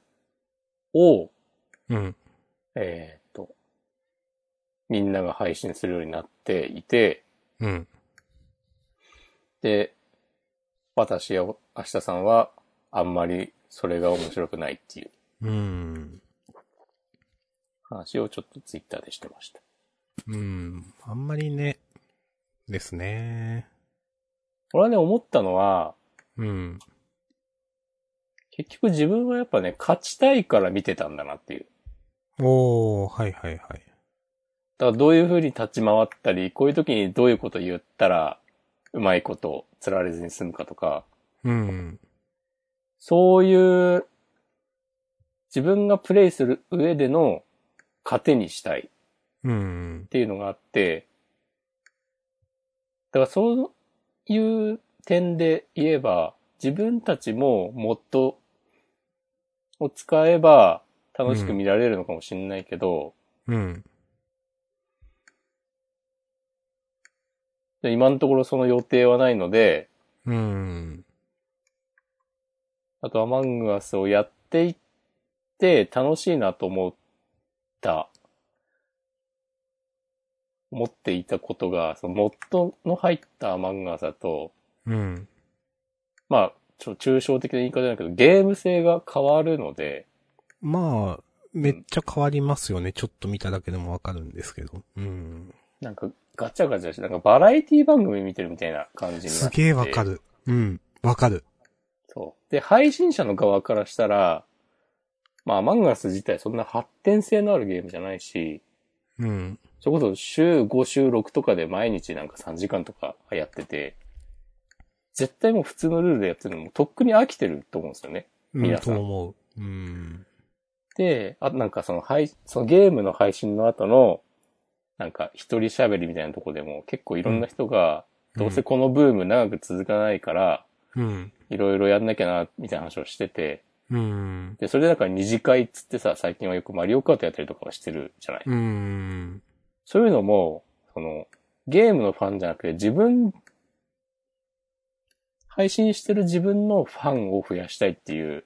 Speaker 1: を、
Speaker 2: うん。
Speaker 1: えっ、と、みんなが配信するようになっていて、
Speaker 2: うん。
Speaker 1: で、私や明日さんは、あんまりそれが面白くないっていう
Speaker 2: うん。
Speaker 1: 話をちょっとツイッターでしてました。
Speaker 2: うん。あんまりね、ですね。
Speaker 1: 俺はね、思ったのは、
Speaker 2: うん。
Speaker 1: 結局自分はやっぱね、勝ちたいから見てたんだなっていう。
Speaker 2: おー、はいはいはい。
Speaker 1: だからどういう風に立ち回ったり、こういう時にどういうこと言ったら、うまいこと釣られずに済むかとか、
Speaker 2: うん。
Speaker 1: そういう、自分がプレイする上での糧にしたいっ
Speaker 2: うん。
Speaker 1: ていうのがあって、だからそういう点で言えば、自分たちもモッドを使えば楽しく見られるのかもしれないけど、
Speaker 2: うん。
Speaker 1: で今のところその予定はないので、
Speaker 2: うん。
Speaker 1: あとアマングアスをやっていって楽しいなと思った、思っていたことが、そのモッドの入ったアマングアスだと、
Speaker 2: うん。
Speaker 1: まあ、ちょ抽象的な言い方じゃないけど、ゲーム性が変わるので、
Speaker 2: まあ、めっちゃ変わりますよね。ちょっと見ただけでもわかるんですけど。うん。
Speaker 1: なんかガチャガチャして、なんかバラエティ番組見てるみたいな感じになって。
Speaker 2: すげえわか
Speaker 1: る。
Speaker 2: る。うん。わかる。
Speaker 1: そう。で、配信者の側からしたら、まあ、アマングアス自体そんな発展性のあるゲームじゃないし、
Speaker 2: うん。
Speaker 1: それこそ週5週6とかで毎日なんか3時間とかやってて、絶対もう普通のルールでやってるのもとっくに飽きてると思うんですよね。
Speaker 2: うん、
Speaker 1: 皆さ
Speaker 2: と
Speaker 1: ん
Speaker 2: 思う。うん。
Speaker 1: で、あとなんかその配、そのゲームの配信の後の、なんか一人喋りみたいなとこでも結構いろんな人が、どうせこのブーム長く続かないから、
Speaker 2: うん。
Speaker 1: いろいろやんなきゃな、みたいな話をしてて、
Speaker 2: うん。
Speaker 1: で、それでなんか二次会っつってさ、最近はよくマリオカートやったりとかはしてるじゃない。
Speaker 2: うん。
Speaker 1: そういうのも、その、ゲームのファンじゃなくて自分、配信してる自分のファンを増やしたいっていう、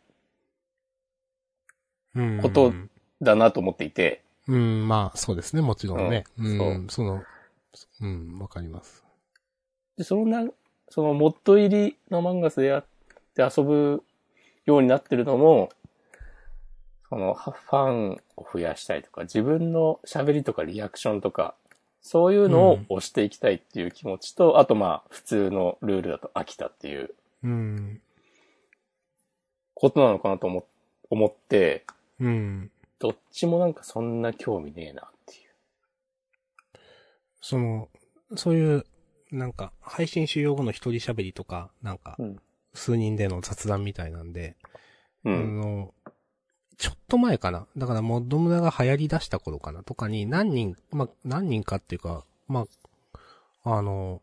Speaker 2: うん。
Speaker 1: ことだなと思っていて、
Speaker 2: うん、まあ、そうですね、もちろんね。
Speaker 1: うん
Speaker 2: うん、その、うん、わかります。
Speaker 1: で、そのな、そのモッド入りのマンガスでやって遊ぶようになってるのも、その、ファンを増やしたいとか、自分の喋りとかリアクションとか、そういうのを押していきたいっていう気持ちと、あとまあ、普通のルールだと飽きたっていう
Speaker 2: うん。
Speaker 1: ことなのかなと思思って、
Speaker 2: うん。
Speaker 1: どっちもなんかそんな興味ねえなっていう。
Speaker 2: その、そういう、なんか、配信終了後の一人喋りとか、なんか
Speaker 1: うん、
Speaker 2: 数人での雑談みたいなんで、
Speaker 1: う
Speaker 2: あ
Speaker 1: ん。
Speaker 2: の、ちょっと前かな。だからモッドムラが流行り出した頃かなとかに何人、まあ、何人かっていうか、まあ、あの、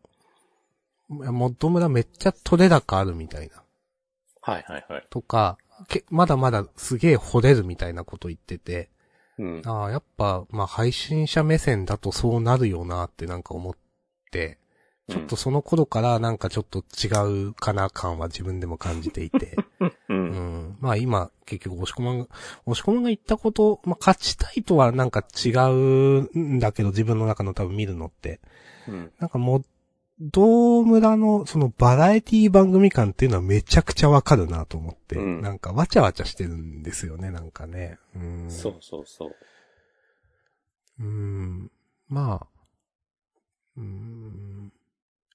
Speaker 2: モッドムラめっちゃ取れ高あるみたいな。
Speaker 1: はいはいはい。
Speaker 2: とか、けまだまだすげえ掘れるみたいなこと言ってて、
Speaker 1: うん。
Speaker 2: ああ、やっぱ、まあ、配信者目線だとそうなるよなってなんか思って、ちょっとその頃からなんかちょっと違うかな感は自分でも感じていて。
Speaker 1: う。
Speaker 2: うんん。まあ今、結局、押し込まんが、押し込まんが言ったこと、まあ勝ちたいとはなんか違うんだけど、自分の中の多分見るのって。
Speaker 1: うん。
Speaker 2: なんかもう、ドームラのそのバラエティ番組感っていうのはめちゃくちゃわかるなと思って、
Speaker 1: うん
Speaker 2: なんかわちゃわちゃしてるんですよね、なんかね。うん。
Speaker 1: そうそうそう。
Speaker 2: うん。まあ、うん。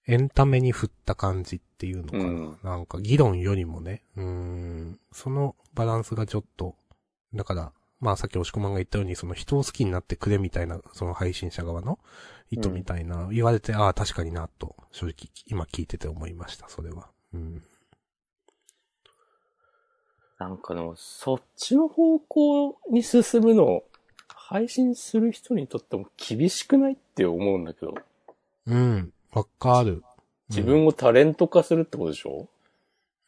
Speaker 2: エンタメに振った感じっていうのかな。
Speaker 1: うん
Speaker 2: なんか議論よりもね、うん。そのバランスがちょっと、だから、まあさっき押し込まんが言ったように、その人を好きになってくれみたいな、その配信者側の意図みたいな、言われて、ああ、確かにな、と、正直、今聞いてて思いました、それは。うん。
Speaker 1: なんかでも、そっちの方向に進むの、配信する人にとっても厳しくないって思うんだけど、
Speaker 2: うん。わかる。
Speaker 1: 自分をタレント化するってことでしょ、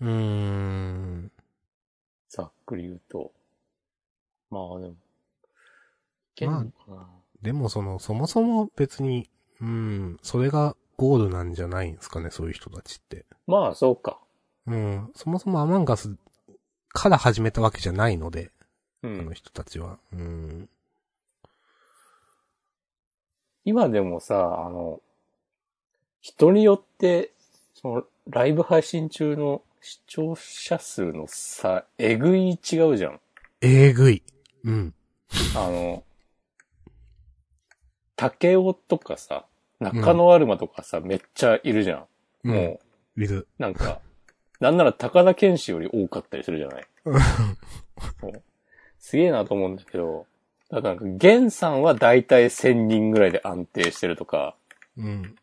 Speaker 2: うん、うん。
Speaker 1: ざっくり言うと。まあでも、いけんのかな、
Speaker 2: でもその、そもそも別に、うん、それがゴールなんじゃないんですかね、そういう人たちって。
Speaker 1: まあ、そうか。
Speaker 2: うん、そもそもアマンガスから始めたわけじゃないので、
Speaker 1: う
Speaker 2: あの
Speaker 1: ん。
Speaker 2: 人たちは。うん。
Speaker 1: 今でもさ、あの、人によって、その、ライブ配信中の視聴者数の差、えぐい違うじゃん。
Speaker 2: えぐい。うん。
Speaker 1: あの、竹雄とかさ、中野アルマとかさ、めっちゃいるじゃん。もう、
Speaker 2: うん。いる。
Speaker 1: なんか、なんなら高田健志より多かったりするじゃない
Speaker 2: うん
Speaker 1: そうすげえなと思うんだけど、だからなんか、源さんはだいたい1000人ぐらいで安定してるとか、
Speaker 2: うん。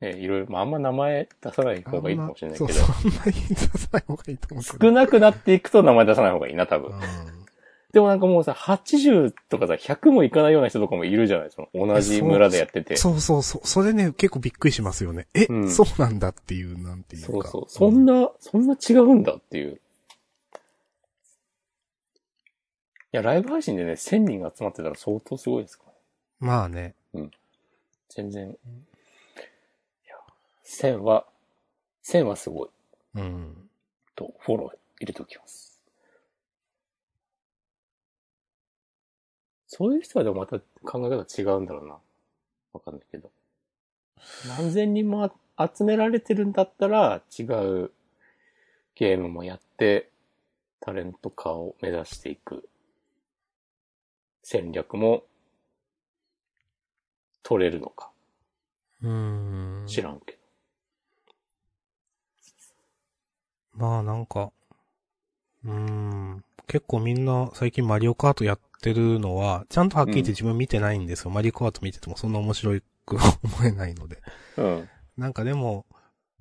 Speaker 1: ね、いろいろ、まああんま名前出さない方がいいかもしれないけど、
Speaker 2: あんまそう、そんなに出さない方がいいと思うけど。
Speaker 1: 少なくなっていくと名前出さない方がいいな、多分。
Speaker 2: うん
Speaker 1: でもなんかもうさ、80とかさ、100もいかないような人とかもいるじゃないその同じ村でやってて。
Speaker 2: そうそうそう。それね、結構びっくりしますよね。え、
Speaker 1: うん
Speaker 2: そうなんだっていう、なんていうか。
Speaker 1: そうそう。そんな、そんな違うんだっていう。いや、ライブ配信でね、1000人が集まってたら相当すごいですからね。
Speaker 2: まあね。
Speaker 1: 全然。いや、1000は、1000はすごい。
Speaker 2: うん。
Speaker 1: と、フォロー入れておきます。そういう人はでもまた考え方違うんだろうな。わかんないけど。何千人もあ集められてるんだったら、違うゲームもやって、タレント化を目指していく戦略も取れるのか
Speaker 2: うん。
Speaker 1: 知らんけど。
Speaker 2: まあなんか、うーん、結構みんな最近マリオカートやってるのは、ちゃんとはっきり言って自分見てないんですよ。マリオカート見ててもそんな面白く思えないので。
Speaker 1: うん。
Speaker 2: なんかでも、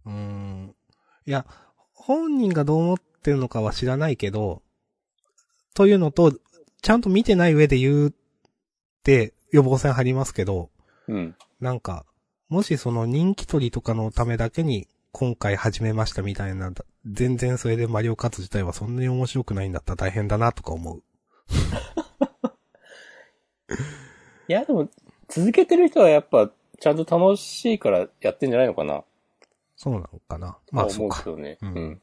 Speaker 2: うーん、いや、本人がどう思ってるのかは知らないけど、というのと、ちゃんと見てない上で言うって予防線張りますけど、
Speaker 1: うん。
Speaker 2: なんか、もしその人気取りとかのためだけに今回始めましたみたいな、全然それでマリオカート自体はそんなに面白くないんだったら大変だなとか思う。
Speaker 1: いや、でも、続けてる人はやっぱ、ちゃんと楽しいからやってんじゃないのかな。
Speaker 2: そうなのかな。まあ
Speaker 1: と
Speaker 2: そ
Speaker 1: 思
Speaker 2: う
Speaker 1: うけ
Speaker 2: か。
Speaker 1: どね。
Speaker 2: う
Speaker 1: うんん。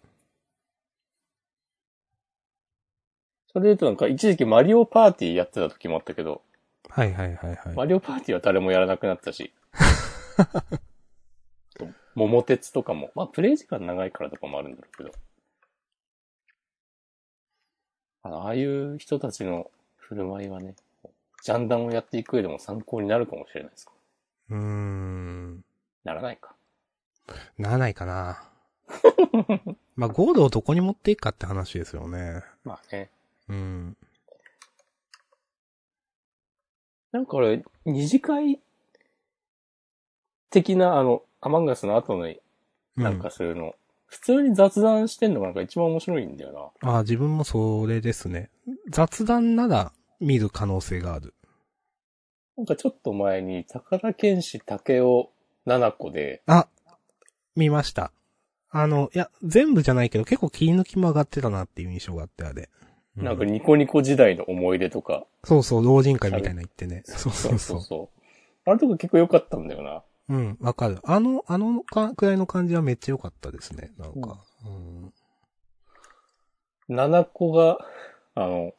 Speaker 1: それで言うとなんか、一時期マリオパーティーやってた時もあったけど、
Speaker 2: はいはいはいは
Speaker 1: マ
Speaker 2: い。
Speaker 1: リオパーティーは誰もやらなくなった し。あと桃鉄とかも。まあ、プレイ時間長いからとかもあるんだろうけど。あの、ああいう人たちの振る舞いがね、ジャンダンをやっていく上でも参考になるかもしれないですか
Speaker 2: うーん。
Speaker 1: ならないか。
Speaker 2: ならないかな。 まあ、ゴールをどこに持っていくかって話ですよね。
Speaker 1: まあね。
Speaker 2: うん。
Speaker 1: なんか俺、二次会的な、あの、アマンガスの後のなんかするの、普通に雑談してんのがなんか一番面白いんだよ
Speaker 2: うん、ああ、自分もそれですね。雑談なら見る可能性がある。
Speaker 1: な。なんかちょっと前に、宝剣士竹雄七子で、
Speaker 2: あ、見ました。あの、いや、全部じゃないけど結構切り抜きも上がってたなっていう印象があって、あれ。う
Speaker 1: なんかニコニコ時代の思い出とか、
Speaker 2: そうそう、老人会みたいな言ってね。そうそうそう。
Speaker 1: そう。あれとか結構良かったんだよな。
Speaker 2: うん、わかる。あの、あのか、くらいの感じはめっちゃ良かったですね。なんか。うん。
Speaker 1: 七子が、あの、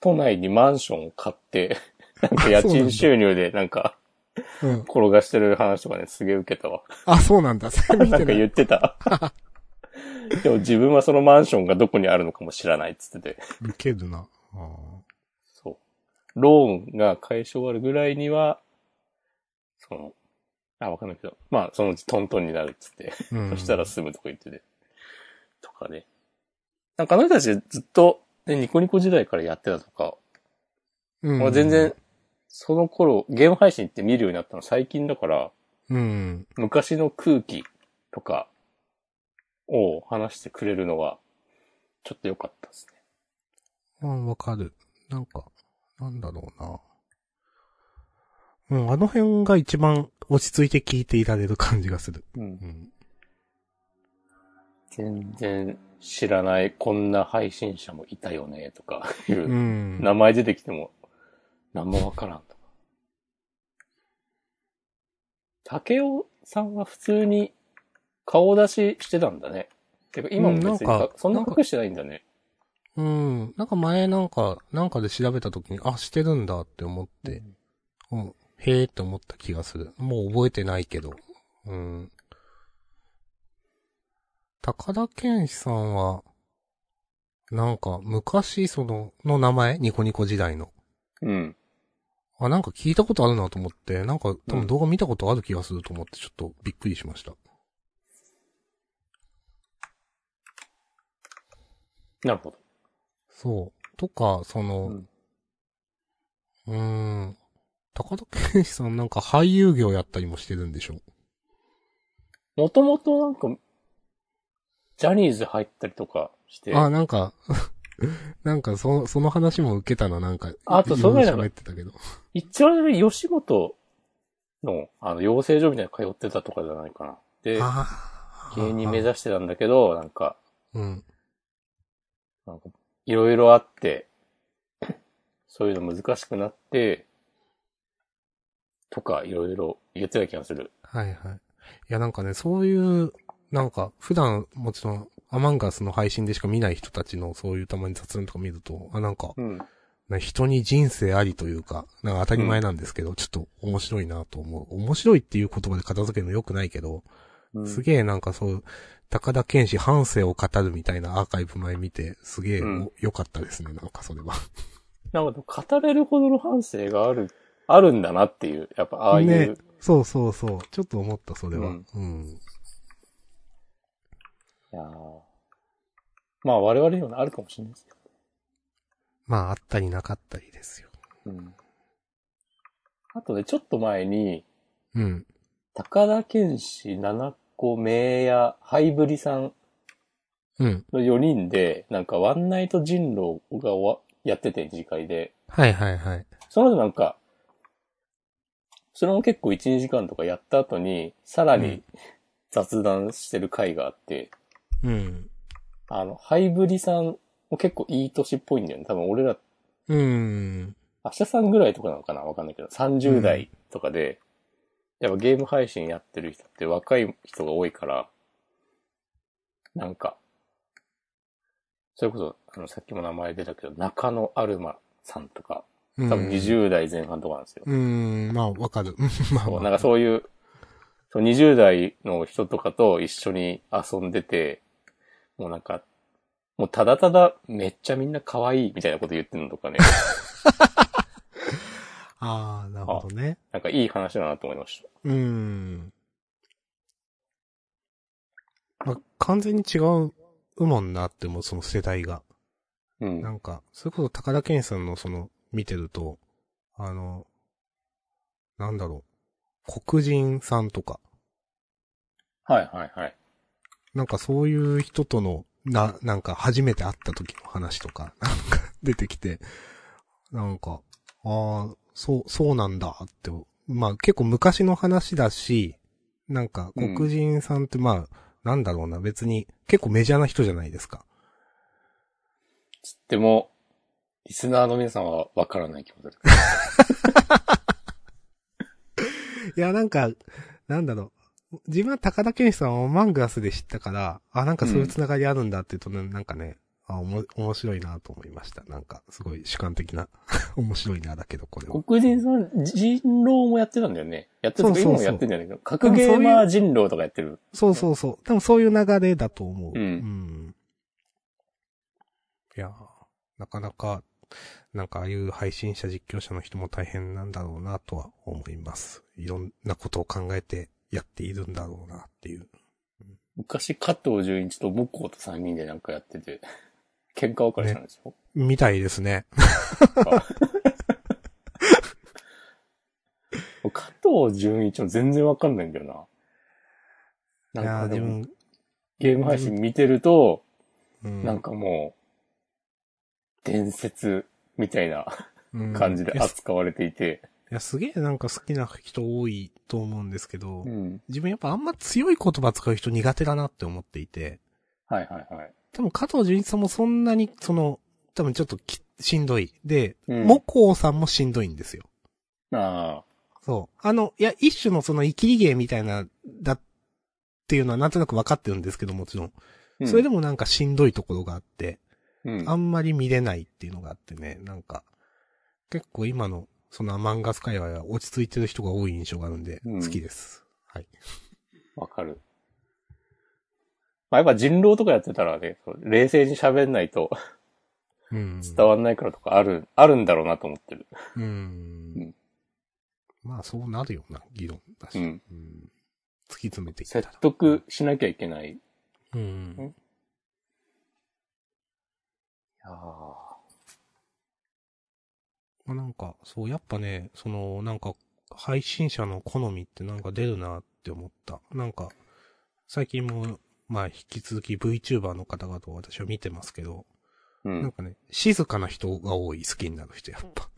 Speaker 1: 都内にマンションを買って、 なんか家賃収入でなんか
Speaker 2: うん。
Speaker 1: 転がしてる話とかね、すげえ受けたわ。
Speaker 2: あ、そうなんだ。それ 見
Speaker 1: な
Speaker 2: て
Speaker 1: んか
Speaker 2: ない
Speaker 1: 言って た。でも自分はそのマンションがどこにあるのかも知らないっつってて。
Speaker 2: 受けるな。あー
Speaker 1: そう。ローンが解消終わるぐらいには、その、あ、わかんないけど、まあ、そのうちトントンになるっつって。
Speaker 2: うん
Speaker 1: そしたら住むとこ行ってて。とかね。なんかあの人たちずっと、ね、ニコニコ時代からやってたとか、
Speaker 2: うん
Speaker 1: まあ全然、その頃、ゲーム配信って見るようになったの最近だから、
Speaker 2: うん。
Speaker 1: 昔の空気とかを話してくれるのが、ちょっと良かったですね。
Speaker 2: うん、わかる。なんか、なんだろうな。うん、あの辺が一番落ち着いて聞いていられる感じがする。
Speaker 1: うん
Speaker 2: う。
Speaker 1: 全
Speaker 2: ん。
Speaker 1: 然知らない、こんな配信者もいたよね、と かいう、
Speaker 2: うん。
Speaker 1: 名前出てきても、何もわからんとか。竹雄さんは普通に顔出ししてたんだね。てか今も別に
Speaker 2: うんなんか
Speaker 1: そんな隠してないんだね。
Speaker 2: うん。なんか前なんか、なんかで調べたときに、あ、してるんだって思って、うん。へえって思った気がする。もう覚えてないけど。うん。高田健志さんは、なんか昔その、の名前ニコニコ時代の。
Speaker 1: うん。
Speaker 2: あ、なんか聞いたことあるなと思って、なんか多分動画見たことある気がすると思って、ちょっとびっくりしました。
Speaker 1: なるほど。
Speaker 2: そう。とか、その、うーん。高田健志さんなんか俳優業やったりもしてるんでしょ
Speaker 1: もともとなんか、ジャニーズ入ったりとかして、
Speaker 2: あ、なんか、 なんかそ、その話も受けたな、なんか。
Speaker 1: あとそう
Speaker 2: い
Speaker 1: だ
Speaker 2: ろ
Speaker 1: よね
Speaker 2: いろ喋ってたけど。
Speaker 1: 一応ね吉本の、あの、養成所みたいなの通ってたとかじゃないかな。で、
Speaker 2: あー
Speaker 1: 芸人目指してたんだけど、なんか、
Speaker 2: うん。
Speaker 1: なんか、いろいろあって、そういうの難しくなって、とか、いろいろ言ってた気がする。
Speaker 2: はいはい。いや、なんかね、そういう、なんか、普段、もちろん、アマンガスの配信でしか見ない人たちの、そういうたまに雑談とか見ると、あ、なんか、
Speaker 1: うん。
Speaker 2: な人に人生ありというか、なんか当たり前なんですけど、ちょっと面白いなと思う。面白いっていう言葉で片付けるの良くないけど、すげえなんかそう、高田健志半生を語るみたいなアーカイブ前見て、すげえ
Speaker 1: うん
Speaker 2: お良かったですね、なんかそれは。
Speaker 1: なんか、語れるほどの反省がある、あるんだなっていう、やっぱ、ああいう、
Speaker 2: ねそうそうそう。ちょっと思った、それは。
Speaker 1: う
Speaker 2: うんん。
Speaker 1: いやーまあ、我々にもあるかもしれないですけ
Speaker 2: まあ、あったりなかったりですよ。
Speaker 1: ど。うん。あとね、ちょっと前に、
Speaker 2: うん。
Speaker 1: 高田健志七子名やハイブリさん
Speaker 2: うん。
Speaker 1: の4人で、なんか、ワンナイト人狼がおわやってて、次回で。
Speaker 2: はいはいはい。
Speaker 1: その後なんか、それも結構1、2時間とかやった後に、さら
Speaker 2: う
Speaker 1: に
Speaker 2: ん
Speaker 1: 雑談してる回があって、
Speaker 2: うん。
Speaker 1: あの、ハイブリさんも結構いい年っぽいんだよね。多分俺ら、
Speaker 2: うん。
Speaker 1: 明日さんぐらいとかなのかなわかんないけど、30代とかで、やっぱゲーム配信やってる人って若い人が多いから、なんか、それこそ、あの、さっきも名前出たけど、中野アルマさんとか、
Speaker 2: 多
Speaker 1: 多分20代前半とかなんですよ。
Speaker 2: うん、まあ、わかる。 うんまあ、
Speaker 1: そう
Speaker 2: まあ
Speaker 1: なんかそういう、そう20代の人とかと一緒に遊んでて、もうなんか、もうただただめっちゃみんな可愛いみたいなこと言ってるのとかね、
Speaker 2: ああ、なるほどね。
Speaker 1: なんかいい話だなと思いまし
Speaker 2: うん。まあ、完全に違うもんなってもう、その世代が。
Speaker 1: た。うん。
Speaker 2: なんか、それこそ高田健さんのその、見てると、あの、なんだろう、黒人さんとか、
Speaker 1: はいはいはい。
Speaker 2: なんかそういう人との、な、なんか初めて会った時の話とか、 なんか出てきて、なんか、ああ、そう、そうなんだって、まあ結構昔の話だし、なんか黒人さんってまあ、なんだろうな、別に結構メジャーな人じゃないですか。
Speaker 1: つっても、リスナーの皆さんはわからない気もする。
Speaker 2: いや、なんか、なんだろう。自分は高田健さんをマングアスで知ったから、あ、なんかそういうつながりあるんだっていうとね、なんかね、あ、おも、面白いなと思いました。なんか、すごい主観的な、 面白いなだけど、これを。
Speaker 1: 黒人さん、人狼もやってたんだよね。やってたとか
Speaker 2: そうそうそう
Speaker 1: 今もやってんじゃないけど、格ゲーマー人狼とかやってる。
Speaker 2: そうそうそう。でもそういう流れだと思う。
Speaker 1: うん
Speaker 2: んいやーなかなか、なんかああいう配信者実況者の人も大変なんだろうなとは思います。いろんなことを考えてやっているんだろうなっていう。
Speaker 1: 昔、加藤純一と木工と3人でなんかやってて、喧嘩別れたんですよ。
Speaker 2: みたいですね。
Speaker 1: 加藤純一も全然わかんないんだよな。
Speaker 2: いや
Speaker 1: な
Speaker 2: ー
Speaker 1: んか
Speaker 2: 自
Speaker 1: でも、
Speaker 2: 分、
Speaker 1: ゲーム配信見てると、
Speaker 2: うん
Speaker 1: なんかもう、伝説みたいな
Speaker 2: うん
Speaker 1: 感じ
Speaker 2: い
Speaker 1: で
Speaker 2: やす
Speaker 1: 扱われていて、
Speaker 2: いや、すげえなんか好きな人多いと思うんですけど、
Speaker 1: うん。
Speaker 2: 自分やっぱあんま強い言葉使う人苦手だなって思っていて、
Speaker 1: はいはいはい。
Speaker 2: 多分加藤純一さんもそんなに、その、多分ちょっときしんどい。で、
Speaker 1: うん
Speaker 2: モコウさんもしんどいんですよ。
Speaker 1: あ
Speaker 2: そう。あの、いや、一種のそのイキリ芸みたいな、だっていうのはなんとなく分かってるんですけどもちろん。
Speaker 1: あ。
Speaker 2: それで
Speaker 1: も、
Speaker 2: もなんかしんどいところがあって、
Speaker 1: うん
Speaker 2: あんまり見れないっていうのがあってね、なんか、結構今の、そのアマンガス界隈は落ち着いてる人が多い印象があるんで、
Speaker 1: うん
Speaker 2: 好きです。はい。
Speaker 1: わかる。まあ、やっぱ人狼とかやってたらね、そう冷静に喋んないと
Speaker 2: うん。
Speaker 1: 伝わんないからとかある、あるんだろうなと思ってる。
Speaker 2: うん。
Speaker 1: うん
Speaker 2: まあ、そうなるような議論だし、
Speaker 1: うん
Speaker 2: うん突き詰めていった
Speaker 1: 説
Speaker 2: ら。
Speaker 1: 得しなきゃいけない。い
Speaker 2: うん。
Speaker 1: やー
Speaker 2: まあ、なんか、そう、やっぱね、その、なんか、配信者の好みってなんか出るなって思った。なんか、最近も、まあ、引き続き VTuber の方々を私は見てますけど、
Speaker 1: う
Speaker 2: なん
Speaker 1: ん。
Speaker 2: かね、静かな人が多い、好きになる人、やっぱ。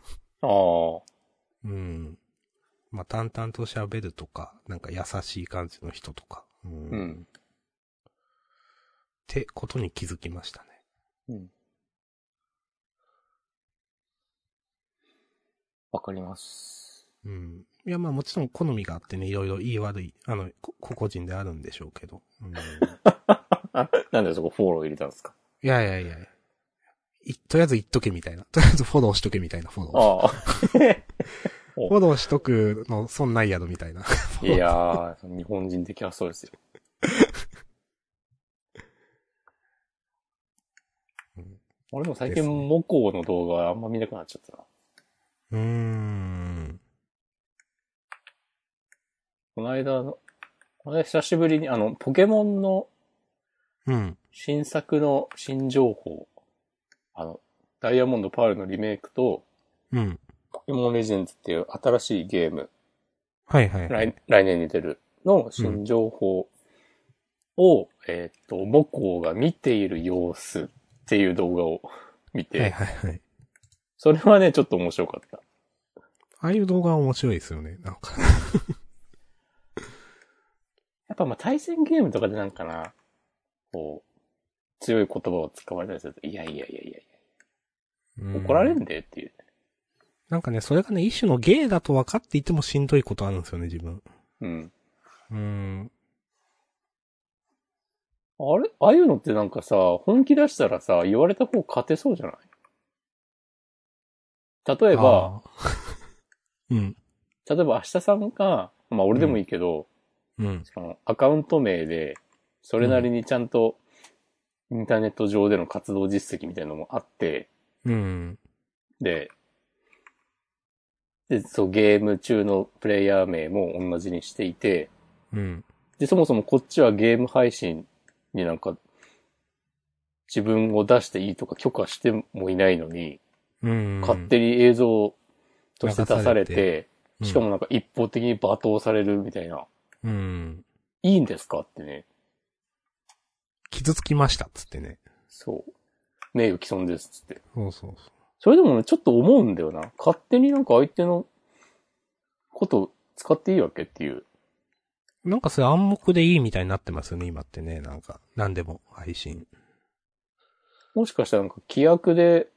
Speaker 1: ああ。
Speaker 2: うん。まあ、淡々と喋るとか、なんか優しい感じの人とか。うん。
Speaker 1: うん
Speaker 2: ってことに気づきましたね。
Speaker 1: うん。わかります。
Speaker 2: うん。いや、まあもちろん好みがあってね、いろいろ言い悪い、あの、こ個々人であるんでしょうけど。 うん。い
Speaker 1: なんでそこフォロー入れたんです か
Speaker 2: やいやいやいとりあえず言っとけみたいな。とりあえずフォローしとけみたいな、フォロー。
Speaker 1: ああ。
Speaker 2: フォローしとくの損ないやろみたいな。
Speaker 1: いやー、日本人的はそうですよ。
Speaker 2: うん
Speaker 1: 俺も最
Speaker 2: で
Speaker 1: 近、
Speaker 2: すね
Speaker 1: モコの動画あんま見なくなっちゃったな。
Speaker 2: うーん。
Speaker 1: この間の、この間久しぶりに、あの、ポケモンの
Speaker 2: うん。
Speaker 1: 新作の新情報、あの、ダイヤモンドパールのリメイクと、
Speaker 2: うん。
Speaker 1: ポケモンレジェンズっていう新しいゲーム、
Speaker 2: はいはい。
Speaker 1: 来来年に出るの新情報を、えーっと、モコが見ている様子っていう動画を見て、
Speaker 2: はいはいはい。
Speaker 1: それはね、ちょっと面白かった。
Speaker 2: ああいう動画は面白いですよね。なんか。
Speaker 1: やっぱまあ対戦ゲームとかでなんかな、こう、強い言葉を使われたりすると、いやいやいやいやいや、怒られ
Speaker 2: うん
Speaker 1: んでっていう。
Speaker 2: なんかね、それがね、一種の芸だと分かっていてもしんどいことあるんですよね、自分。
Speaker 1: うん。
Speaker 2: うん。
Speaker 1: あれああいうのってなんかさ、本気出したらさ、言われた方勝てそうじゃない例えば、
Speaker 2: あ ー。うん。
Speaker 1: 例えば明日さんが、まあ俺でもいいけど、
Speaker 2: うん。
Speaker 1: そのアカウント名で、それなりにちゃんと、インターネット上での活動実績みたいなのもあって、
Speaker 2: うん。
Speaker 1: で、で、そう、ゲーム中のプレイヤー名も同じにしていて、
Speaker 2: うん。
Speaker 1: で、そもそもこっちはゲーム配信になんか、自分を出していいとか許可してもいないのに、
Speaker 2: うん。
Speaker 1: 勝手に映像として出され
Speaker 2: 流さ
Speaker 1: て、しかもなんか一方的に罵倒されるみたいな、
Speaker 2: うん。うん。
Speaker 1: いいんですかってね、
Speaker 2: 傷つきました、つってね。
Speaker 1: そう。名誉毀損です、つって。
Speaker 2: そうそうそ
Speaker 1: それでもね、ちょっと思うんだよな。勝手になんか相手のこと使っていいわけっていう。
Speaker 2: う。なんかそれ暗黙でいいみたいになってますよね、今ってね。なんか、何でも配信。
Speaker 1: もしかしたらなんか規約で、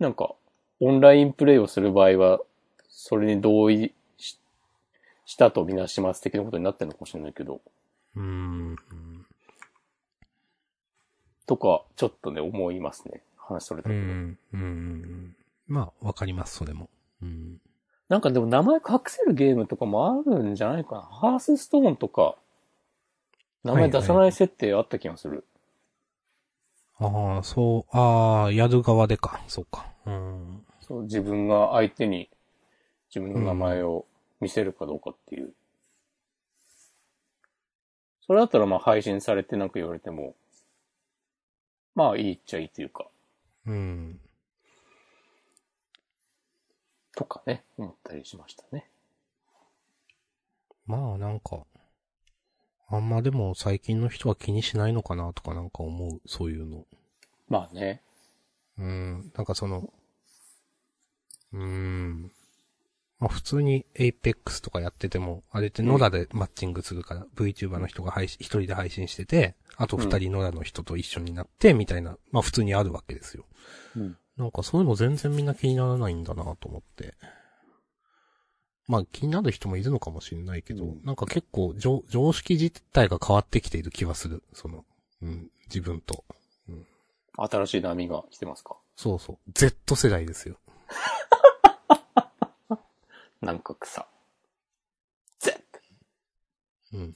Speaker 1: なんか、オンラインプレイをする場合は、それに同意ししたとみなします的なことになってるのかもしれないけど、
Speaker 2: うん。
Speaker 1: とか、ちょっとね、思いますね。話それた
Speaker 2: う
Speaker 1: けど。
Speaker 2: ん。うん。まあ、わかります、それも。うん。
Speaker 1: なんかでも名前隠せるゲームとかもあるんじゃないかな。ハースストーンとか、名前出さない設定あった気がする。
Speaker 2: ああ、そう、ああ、やる側でか。そうか。うん。
Speaker 1: そう自分が相手に自分の名前を見せるかどうかっていう。それだったらまあ配信されてなんか言われても、まあいいっちゃいいというか、
Speaker 2: うん。
Speaker 1: とかね、思ったりしましたね。
Speaker 2: まあ、なんか、あんまでも最近の人は気にしないのかなとかなんか思う、そういうの。
Speaker 1: まあね。
Speaker 2: うん、なんかその、うーん。まあ普通に APEX とかやってても、あれって野良でマッチングするから、VTuber の人が配信、一人で配信してて、あと二人野良の人と一緒になって、みたいな、まあ普通にあるわけですよ。
Speaker 1: うん。
Speaker 2: なんかそういうの全然みんな気にならないんだなと思って。まあ気になる人もいるのかもしれないけど、
Speaker 1: うん
Speaker 2: なんか結構常常識自体が変わってきている気はする。その、うん、自分と。
Speaker 1: 新しい波が来てますか
Speaker 2: そうそう。Z 世代ですよ。
Speaker 1: なんか草。ゼッ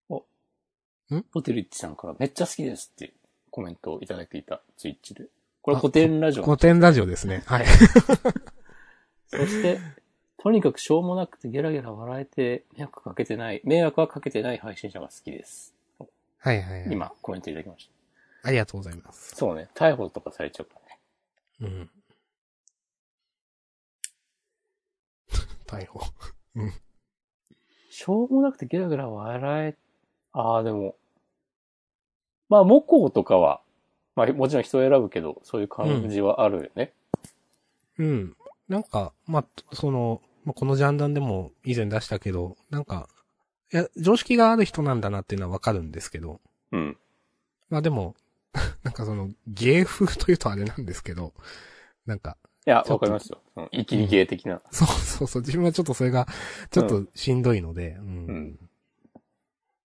Speaker 2: うん。
Speaker 1: ホテルイッチさんからめっちゃ好きですってコメントをいただいていたツイッチで。これ古典ラジオ
Speaker 2: 古典ラジオですね。はい。
Speaker 1: そして、とにかくしょうもなくてゲラゲラ笑えて、迷惑かけてない、迷惑はかけてない配信者が好きです。
Speaker 2: はいはいはい。。
Speaker 1: 今、コメントいただきまし
Speaker 2: ありがとうございます
Speaker 1: た。。そうね、逮捕とかされちゃうからね。
Speaker 2: うん。逮捕。
Speaker 1: しょうもなくてゲラゲラ笑え、ああ、でも、まあ、模倣とかは、まあ、もちろん人を選ぶけど、そういう感じはあるよね。
Speaker 2: うん。なんか、まあ、その、まあ、このジャンダンでも以前出したけど、なんか、いや、常識がある人なんだなっていうのはわかるんですけど、
Speaker 1: うん。
Speaker 2: まあでも、 なんかその、芸風というとあれなんですけど、なんか、
Speaker 1: いや、
Speaker 2: ちょっと
Speaker 1: わかりますよ。うん、生きり芸的な。
Speaker 2: そうそうそう、自分はちょっとそれが、ちょっとしんどいので、うん。
Speaker 1: うん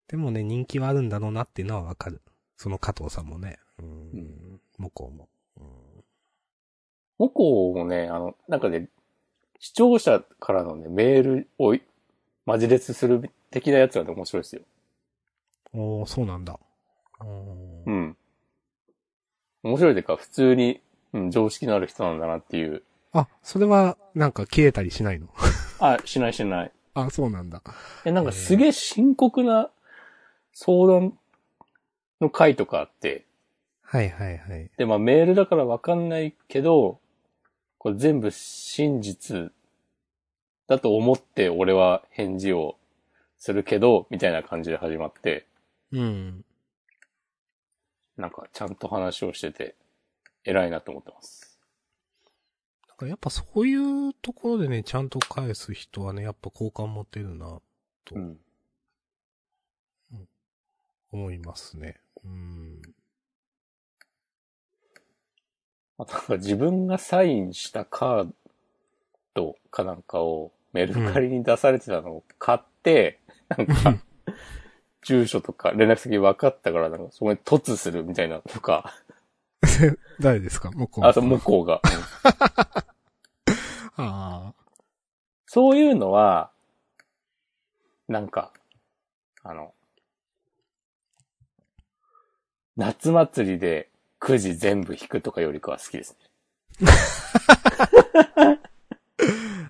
Speaker 2: でもね、人気はあるんだろうなっていうのはわかる。その加藤さんもね。うん。
Speaker 1: うん
Speaker 2: 向こうも。
Speaker 1: 模倣もね、あの、なんかね、視聴者からのね、メールをいマジ列する的なやつはね、面白いですよ。
Speaker 2: うん、おー、そうなんだ。うん
Speaker 1: うん。面白いというか、普通に、うん、常識のある人なんだなっていう。
Speaker 2: あ、それは、なんか切れたりしないの
Speaker 1: あ、しないしない。
Speaker 2: あ、そうなんだ。
Speaker 1: え、なんかすげえ深刻な相談の回とかあって、
Speaker 2: はいはいはい。
Speaker 1: で、まあメールだからわかんないけど、これ全部真実だと思って俺は返事をするけど、みたいな感じで始まって、
Speaker 2: うん。
Speaker 1: なんかちゃんと話をしてて、偉いなと思ってます。
Speaker 2: なんかやっぱそういうところでね、ちゃんと返す人はね、やっぱ好感持てるな、と
Speaker 1: うん。
Speaker 2: 思いますね。 うん。
Speaker 1: あとなんか自分がサインしたカードかなんかをメルカリに出されてたのを買って、なんか、住所とか連絡先分かったから、なんかそこに突するみたいなとか、
Speaker 2: 誰ですか向こう。
Speaker 1: あと向こうが。うん
Speaker 2: ああ。
Speaker 1: そういうのは、なんか、あの、夏祭りでくじ全部引くとかよりかは好きですね。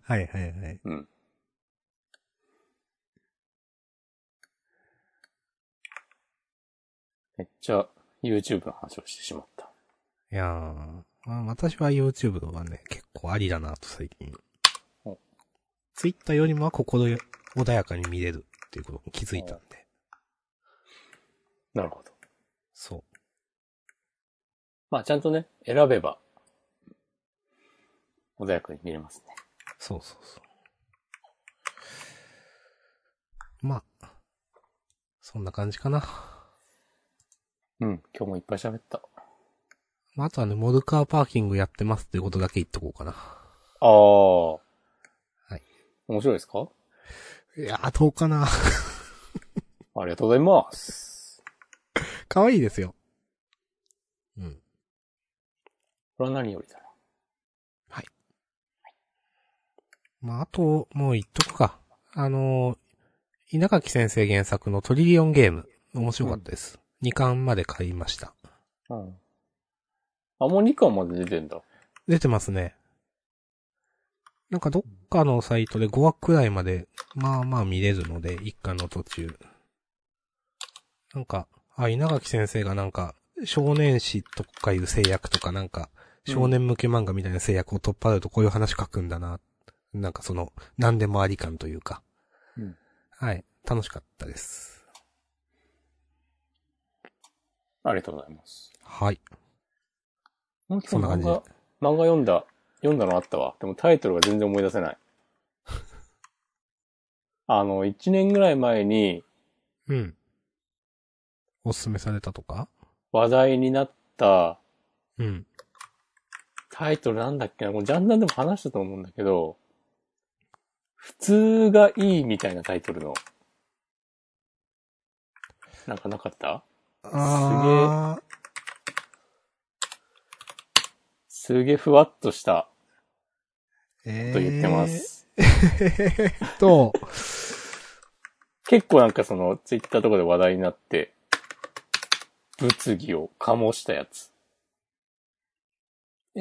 Speaker 2: はいはいはい。
Speaker 1: うん。めっちゃ YouTube の話をしてしまった。
Speaker 2: いやー、まあ、私は YouTube とかね、結構ありだなと最近
Speaker 1: お。
Speaker 2: Twitter よりもは心よ穏やかに見れるっていうことに気づいたんで。
Speaker 1: なるほど。
Speaker 2: そう。
Speaker 1: まあちゃんとね、選べば、穏やかに見れますね。
Speaker 2: そうそうそう。まあ、そんな感じかな。
Speaker 1: うん、今日もいっぱい喋った。
Speaker 2: まあ、あとはね、モルカーパーキングやってますっていうことだけ言っとこうかな。。
Speaker 1: ああ。はい面白いですか
Speaker 2: いやー、どうかな。
Speaker 1: ありがとうございます。
Speaker 2: 可愛いですよ。うん。
Speaker 1: これは何よりだな。
Speaker 2: まあ、あと、もう言っとくか。あのー、稲垣先生原作のトリリオンゲーム。面白かったです。2巻まで買いました。
Speaker 1: うん。あ、もう2巻まで出てんだ。
Speaker 2: 出てますね。なんかどっかのサイトで5話くらいまで、まあまあ見れるので、1巻の途中。なんか、あ、稲垣先生がなんか、少年誌とかいう制約とかなんか、少年向け漫画みたいな制約を取っ払うとこういう話書くんだな。なんかその、何でもあり感というか。
Speaker 1: うん
Speaker 2: はい。楽しかったです。
Speaker 1: ありがとうございます。
Speaker 2: はい。
Speaker 1: もう
Speaker 2: そんな感じ
Speaker 1: 漫画、漫画読んだ、読んだのあったわ。でもタイトルが全然思い出せ ない。あの、1年ぐらい前に
Speaker 2: うん。おすすめされたとか
Speaker 1: 話題になった、
Speaker 2: うん。
Speaker 1: タイトルなんだっけな、これジャンダンでも話したと思うんだけど、普通がいいみたいなタイトルの、なんかなかった
Speaker 2: あー
Speaker 1: すげえふわっとした
Speaker 2: え
Speaker 1: と言ってます。
Speaker 2: えーっと、
Speaker 1: 結構なんかその、ツイッターとかで話題になって、物議を醸したやつ。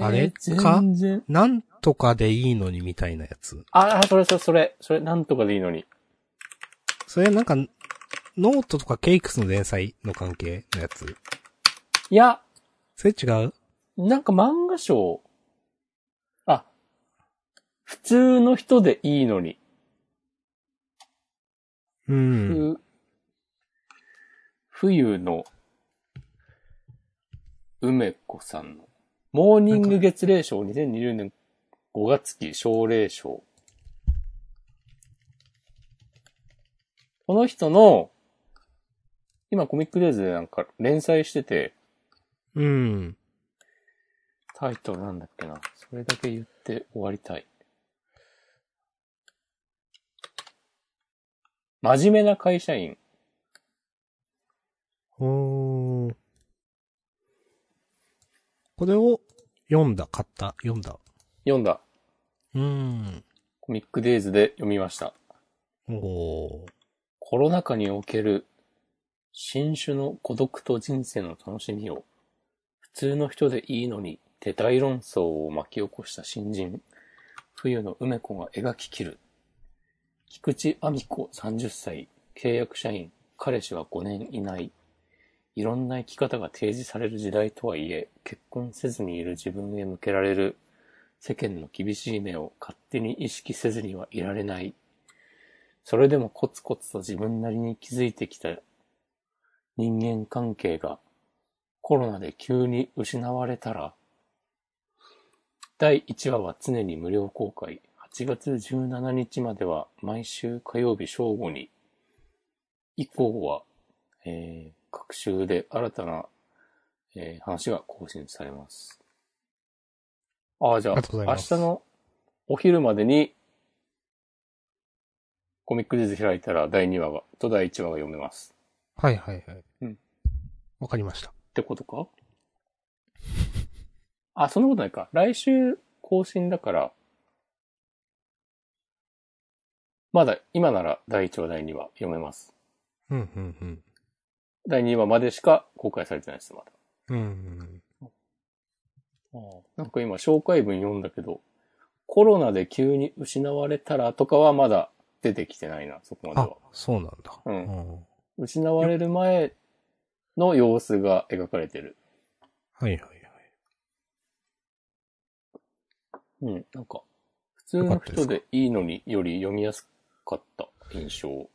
Speaker 2: あれ
Speaker 1: えー
Speaker 2: か
Speaker 1: 全然。
Speaker 2: なんとかでいいのにみたいなやつ。
Speaker 1: ああ、それそれそれ、それなんとかでいいのに。
Speaker 2: それなんか、ノートとかケイクスの連載の関係のやつ。
Speaker 1: いや、
Speaker 2: それ違う
Speaker 1: なんか漫画賞、あ、普通の人でいいのに、
Speaker 2: うん。
Speaker 1: ふ冬の梅子さんの、モーニング月齢賞2020年5月期奨励賞。この人の、今コミックデイズでなんか連載してて、
Speaker 2: うん。
Speaker 1: タイトルなんだっけな。それだけ言って終わりたい。真面目な会社員。
Speaker 2: おーこれを読んだ、買った、読んだ。
Speaker 1: 読んだ。
Speaker 2: うん。
Speaker 1: コミックデイズで読みました。
Speaker 2: おー
Speaker 1: コロナ禍における新種の孤独と人生の楽しみを普通の人でいいのに手大論争を巻き起こした新人、冬の梅子が描き切る。菊池亜美子30歳、契約社員、彼氏は5年いない。いろんな生き方が提示される時代とはいえ、結婚せずにいる自分へ向けられる世間の厳しい目を勝手に意識せずにはいられない。それでもコツコツと自分なりに築いてきた人間関係がコロナで急に失われたら、第1話は常に無料公開。8月17日までは毎週火曜日正午に、以降は、えー各週で新たな、えー話が更新されます。ああ、じゃあ、
Speaker 2: ありがとうござい
Speaker 1: 明
Speaker 2: ます
Speaker 1: 日のお昼までに、コミックディズ開いたら第2話が、と第1話が読めます。
Speaker 2: はいはいはい。
Speaker 1: うん。
Speaker 2: わかりました。
Speaker 1: ってことかあ、そんなことないか。来週更新だから、まだ今なら第1話、第2話読めます。
Speaker 2: うんうんうん。
Speaker 1: 第2話までしか公開されてないです、まだ。
Speaker 2: うん。
Speaker 1: なんか今、紹介文読んだけど、コロナで急に失われたらとかはまだ出てきてないな、そこまで
Speaker 2: あ
Speaker 1: は。、
Speaker 2: そうなんだ。
Speaker 1: う。
Speaker 2: うんん。
Speaker 1: 失われる前の様子が描かれてる。
Speaker 2: はいはいはい。
Speaker 1: うん。なんか、普通の人でいいのにより読みやすかった印象。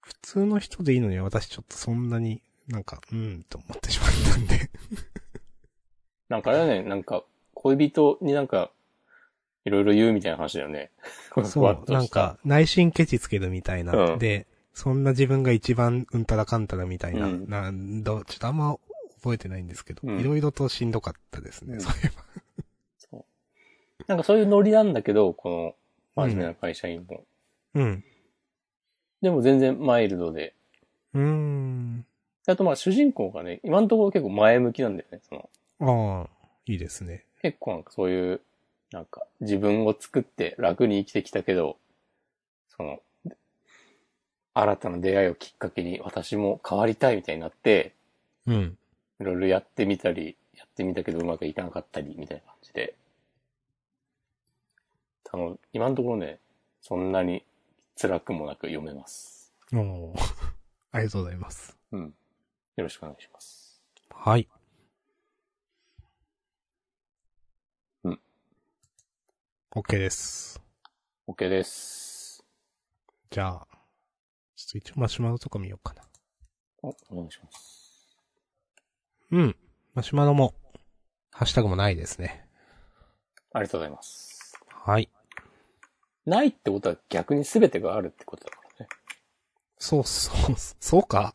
Speaker 2: 普通の人でいいのに私ちょっとそんなになんか、うん、と思ってしまった んで。
Speaker 1: なんかあれだね、なんか、恋人になんか、いろいろ言うみたいな話だよね。 ふわ
Speaker 2: そ
Speaker 1: っ
Speaker 2: う、
Speaker 1: と
Speaker 2: な
Speaker 1: し
Speaker 2: ん
Speaker 1: た
Speaker 2: か内心ケチつけるみたいな。
Speaker 1: うん
Speaker 2: で、そんな自分が一番うんたらかんたらみたいな。
Speaker 1: うん
Speaker 2: なんど、ちょっとあんま覚えてないんですけど、
Speaker 1: うん
Speaker 2: いろいろとしんどかったですね、
Speaker 1: うん
Speaker 2: そういえば。
Speaker 1: なんかそういうノリなんだけど、この真面目な会社員も。
Speaker 2: うん。
Speaker 1: でも全然マイルドで。
Speaker 2: うーん。
Speaker 1: あとまあ主人公がね、今のところ結構前向きなんだよね。その
Speaker 2: ああ、いいですね。
Speaker 1: 結構なんかそういう、なんか自分を作って楽に生きてきたけど、その、新たな出会いをきっかけに私も変わりたいみたいになって、
Speaker 2: うん。
Speaker 1: いろいろやってみたり、やってみたけどうまくいかなかったり、みたいな感じで。あの、今のところね、そんなに辛くもなく読めます。
Speaker 2: おー ありがとうございます。
Speaker 1: うん。よろしくお願いします。
Speaker 2: はい。
Speaker 1: うん。
Speaker 2: OK です。
Speaker 1: OK です。
Speaker 2: じゃあ、ちょっと一応マシュマロとか見ようかな。
Speaker 1: お、お願いします。
Speaker 2: うん。マシュマロも、ハッシュタグもないですね。
Speaker 1: ありがとうございます。
Speaker 2: はい。
Speaker 1: ないってことは逆に全てがあるってことだからね。
Speaker 2: そうそう、そうか。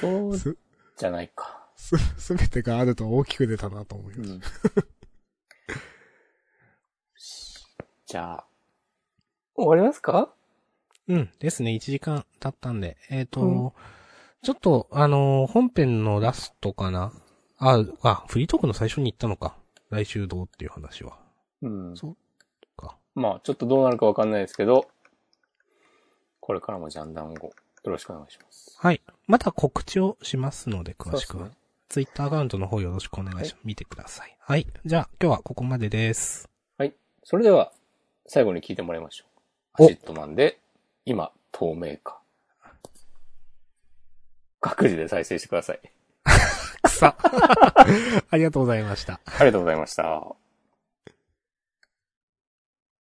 Speaker 1: そう
Speaker 2: す
Speaker 1: じゃないか。
Speaker 2: す、すべてがあると大きく出たなと思います。
Speaker 1: じゃあ、終わりますか
Speaker 2: うん、ですね。1時間経ったんで。えっ、と、
Speaker 1: う
Speaker 2: ちょっと、あのー本編のラストかな。あ、あ、フリートークの最初に言ったのか。来週どうっていう話は。
Speaker 1: うん
Speaker 2: そうか。
Speaker 1: まあ、ちょっとどうなるかわかんないですけど、これからもジャンダン語、よろしくお願いします。
Speaker 2: はい。また告知をしますので、詳しく
Speaker 1: そう
Speaker 2: は。
Speaker 1: ですね
Speaker 2: ツイッターアカウントの方よろしくお願いします。
Speaker 1: は
Speaker 2: 見てください。はい。じゃあ、今日はここまでです。
Speaker 1: それでは、最後に聞いてもらいましょう。
Speaker 2: お
Speaker 1: アシットマンで、今、透明化。各自で再生してください。
Speaker 2: 草。ありがとうございました。
Speaker 1: ありがとうございました。